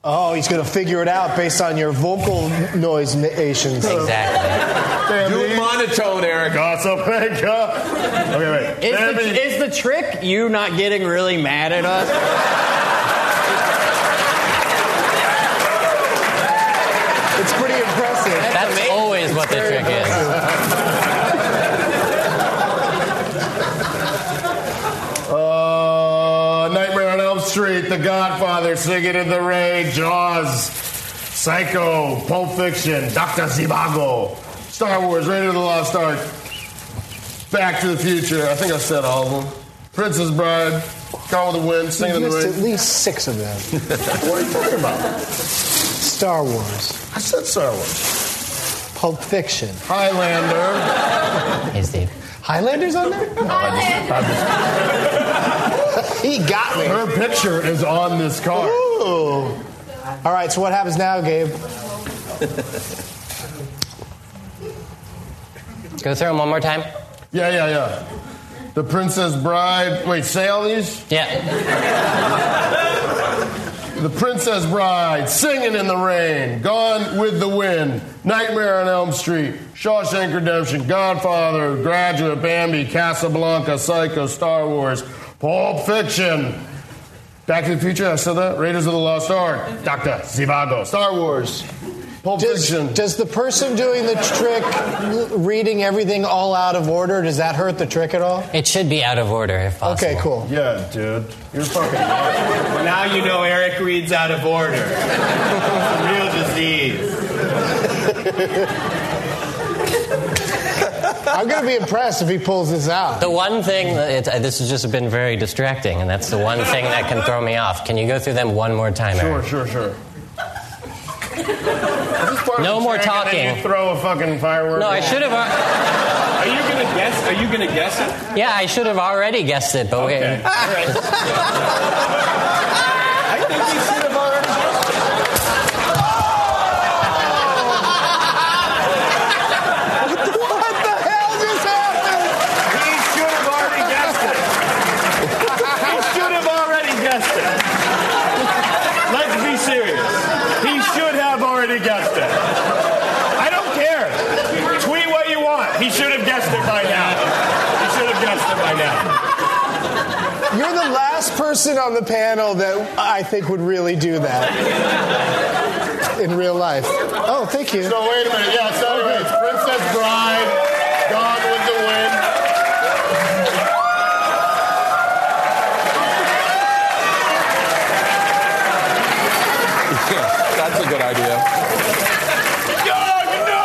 S1: Oh, he's gonna figure it out based on your vocal noise nations.
S9: Exactly.
S5: Damn,
S4: Do it
S5: dude.
S4: monotone, Eric.
S5: Casablanca. Okay, wait.
S6: Is
S5: Damn,
S6: the,
S5: dude.
S6: is the trick you not getting really mad at us?
S1: It's pretty impressive.
S9: That's
S6: amazing.
S9: always what the trick is.
S5: Uh, Nightmare on Elm Street, The Godfather, Singing in the Rain, Jaws, Psycho, Pulp Fiction, Dr. Zivago, Star Wars, Raiders of the Lost Ark, Back to the Future. I think I said all of them. Princess Bride, Gone with the Wind, Singing in
S1: You
S5: the
S1: missed at
S5: Rain.
S1: least six of them.
S5: What are you talking about?
S1: Star Wars,
S5: I said Star Wars.
S1: Pulp Fiction,
S5: Highlander.
S9: Hey, Steve.
S1: Highlanders on there? He got me.
S5: Her picture is on this card.
S1: Ooh. All right, so what happens now, Gabe?
S9: Go through them one more time.
S5: Yeah, yeah, yeah. The Princess Bride. Wait, say all these?
S9: Yeah.
S5: The Princess Bride, Singing in the Rain, Gone with the Wind, Nightmare on Elm Street, Shawshank Redemption, Godfather, Graduate, Bambi, Casablanca, Psycho, Star Wars, Pulp Fiction, Back to the Future, I said that, Raiders of the Lost Ark, Dr. Zivago, Star Wars, Pulp
S1: Does,
S5: Fiction.
S1: does the person doing the trick l- reading everything all out of order, does that hurt the trick at all?
S9: It should be out of order if possible.
S1: Okay, cool.
S5: yeah, dude. You're fucking.
S7: Well, now you know Eric reads out of order. It's a real disease.
S1: [laughs] I'm going to be impressed if he pulls this out.
S9: The one thing that it, uh, this has just been very distracting, and that's the one thing that can throw me off. Can you go through them one more time?
S5: Sure,
S9: Eric?
S5: sure, sure.
S9: No more
S5: And then
S9: talking.
S5: You throw a fucking firework.
S9: No, I should have.
S7: Are you going to guess Are you going to guess it?
S19: Yeah, I should have already guessed it, but okay.
S7: I think you should have already guessed it.
S6: What the hell just happened?
S7: He should have already guessed it. He should have already guessed it. Let's be serious. He should have already guessed it. I don't care. Tweet what you want. He should have guessed it by now. He should have guessed it by now.
S1: You're the last person on the panel that I think would really do that in real life. Oh, thank you.
S6: So wait a minute. Yeah, so anyway, it's Princess Bride, Gone with the Wind.
S4: That's a good idea.
S7: Young, no!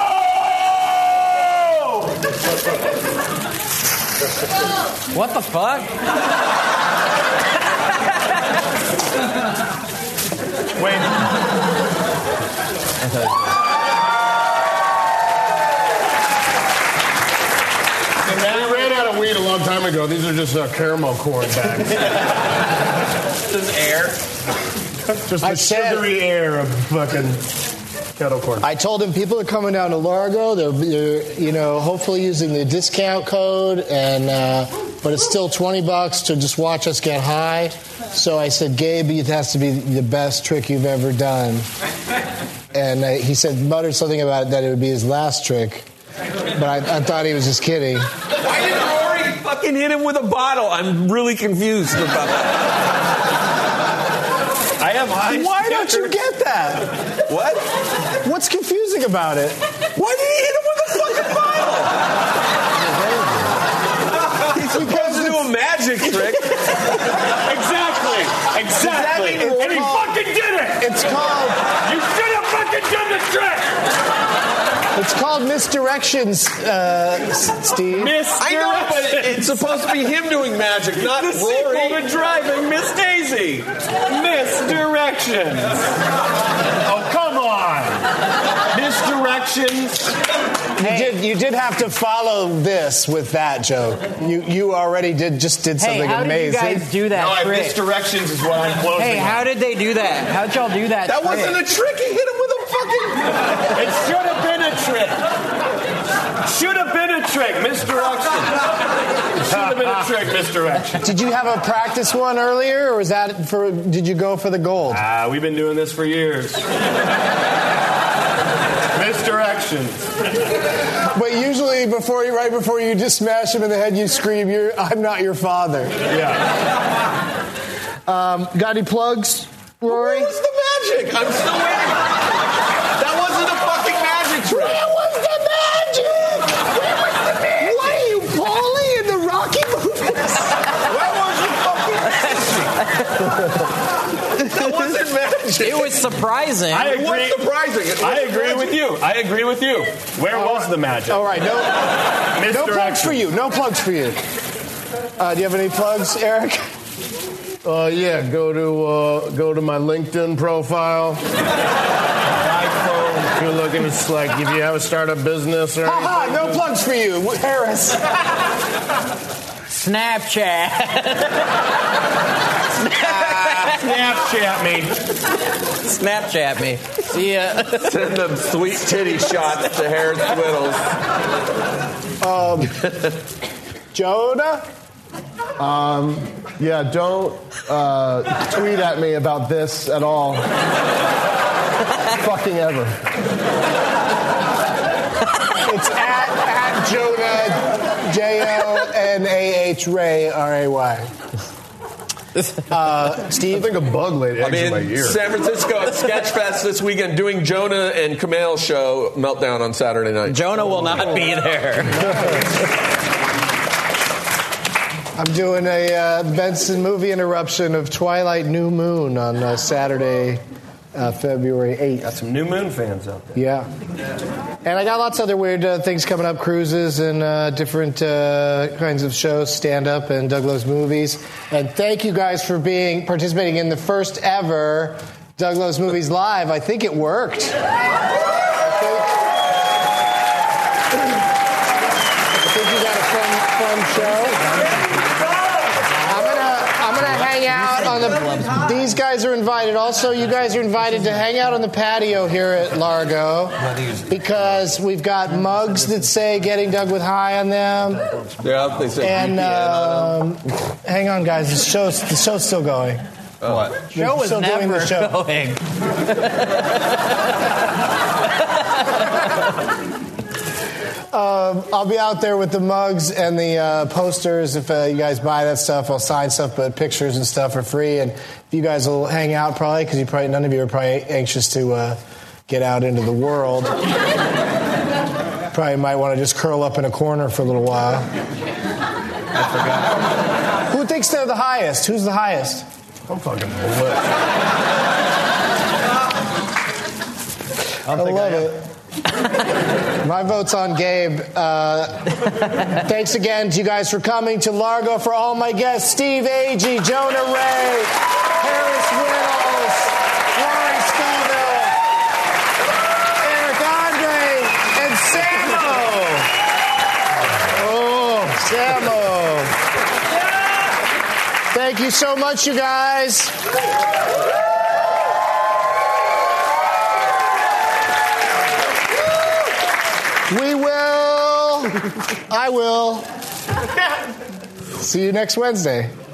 S3: What the fuck?
S7: Wait.
S6: I ran out of weed a long time ago. These are just uh, caramel corn bags.
S1: [laughs]
S7: This is air.
S6: just the
S1: I said-
S6: sugary air of fucking kettle corn.
S1: I told him people are coming down to Largo. They're, they're you know, hopefully using the discount code, and uh, but it's still twenty bucks to just watch us get high. So I said, Gabe, it has to be the best trick you've ever done. And uh, he said, muttered something about that it would be his last trick, but I, I thought he was just kidding.
S20: Why did Rory fucking hit him with a bottle? I'm really confused about that.
S7: I have eyes.
S1: Why don't you get that?
S20: What?
S1: What's confusing about it?
S20: Why did he hit him with a fucking bottle? [laughs] He's supposed to do a magic trick.
S7: [laughs] Exactly. Exactly.
S1: Exactly.
S7: And he fucking did it.
S1: It's called
S7: You should have fucking done the trick.
S1: it's called misdirections, uh, S- Steve.
S7: Miss.
S20: I know, but it- it's supposed to be him doing [laughs] magic, not
S7: the sequel
S20: Rory.
S7: to Driving Miss Daisy. Misdirections. Oh, come on. Misdirections.
S1: You did, you did have to follow this with that joke. You you already did just did something
S15: Hey, how
S1: amazing.
S15: did you guys do that
S7: No, I
S15: trick?
S7: misdirections is what I'm closing.
S15: Hey, how did they do that? How'd y'all do that?
S20: That
S15: trick?
S20: wasn't a trick. He hit him with a fucking.
S7: It should have been a trick. Should have been a trick. Misdirection. It should have been a trick. Misdirection.
S1: did you have a practice one earlier, or was that for? Did you go for the gold?
S7: [laughs] Ah, we've been doing this for years. Misdirections.
S1: But usually, before you, right before you just smash him in the head, you scream, "You're I'm not your father."
S7: Yeah.
S1: Got any plugs, Rory?
S20: Where was the magic? I'm still waiting. That wasn't a fucking magic trick. Where was the magic? Where was the magic? What are you, Paulie, in the Rocky movies? Where was the fucking magic? that wasn't magic.
S15: It was surprising.
S7: I
S20: It was
S7: agree.
S20: surprising. It
S7: I
S20: wasn't
S7: agree
S20: magic.
S7: with you. I agree with you. Where was the magic?
S1: All right, no, no plugs
S7: Misdirection.
S1: for you. No plugs for you. Uh, do you have any plugs, Eric?
S6: Uh, yeah, go to uh, go to my LinkedIn profile. iPhone. You're looking. It's like if you have a startup business or
S1: Ha ha!
S6: anything.
S1: No plugs for you, Harris.
S15: Snapchat.
S7: Snapchat me.
S15: Snapchat me. See ya.
S4: Send them sweet titty shots to Harris Whittles.
S1: Jonah.
S6: Yeah, don't uh, tweet at me about this at all. Fucking ever.
S1: It's at, at Jonah, J O N A H Ray, R A Y. Uh,
S6: I
S1: Steve?
S6: think a bug laid
S4: I'm
S6: eggs in my
S4: in
S6: ear.
S4: San Francisco at Sketchfest this weekend doing Jonah and Kamal show meltdown on Saturday night.
S15: Jonah will not be there.
S1: I'm doing a uh, Benson movie interruption of Twilight New Moon on uh, Saturday, uh, February 8th.
S21: Got some new moon fans out there.
S1: Yeah. And I got lots of other weird uh, things coming up cruises and uh, different uh, kinds of shows, stand up and Doug Loves Movies. And thank you guys for being participating in the first ever Doug Loves Movies Live. I think it worked. I think- I think you got a friend. I'm gonna I'm gonna hang out on the. These guys are invited. Also, you guys are invited to hang out on the patio here at Largo because we've got mugs that say "Getting Doug with High" on them.
S4: Yeah, they said E
S1: And
S4: VPN.
S1: um, hang on, guys, the show's the show's still going.
S4: what?
S1: Joe was still doing the show.
S15: going.
S1: Um, I'll be out there with the mugs and the uh, posters. If uh, you guys buy that stuff, I'll sign stuff, but pictures and stuff are free. And you guys will hang out probably because you probably none of you are probably anxious to uh, get out into the world. [laughs] probably might want to just curl up in a corner for a little while. Who thinks they're the highest? Who's the highest? I'm Oh, fucking I love it. My vote's on Gabe. Uh, thanks again to you guys for coming to Largo. For all my guests, Steve Agee, Jonah Ray, Harris Wills, Lauren Scoville, Eric Andre, and Samo. Oh, Samo. Thank you so much, you guys. We will. I will. See you next Wednesday.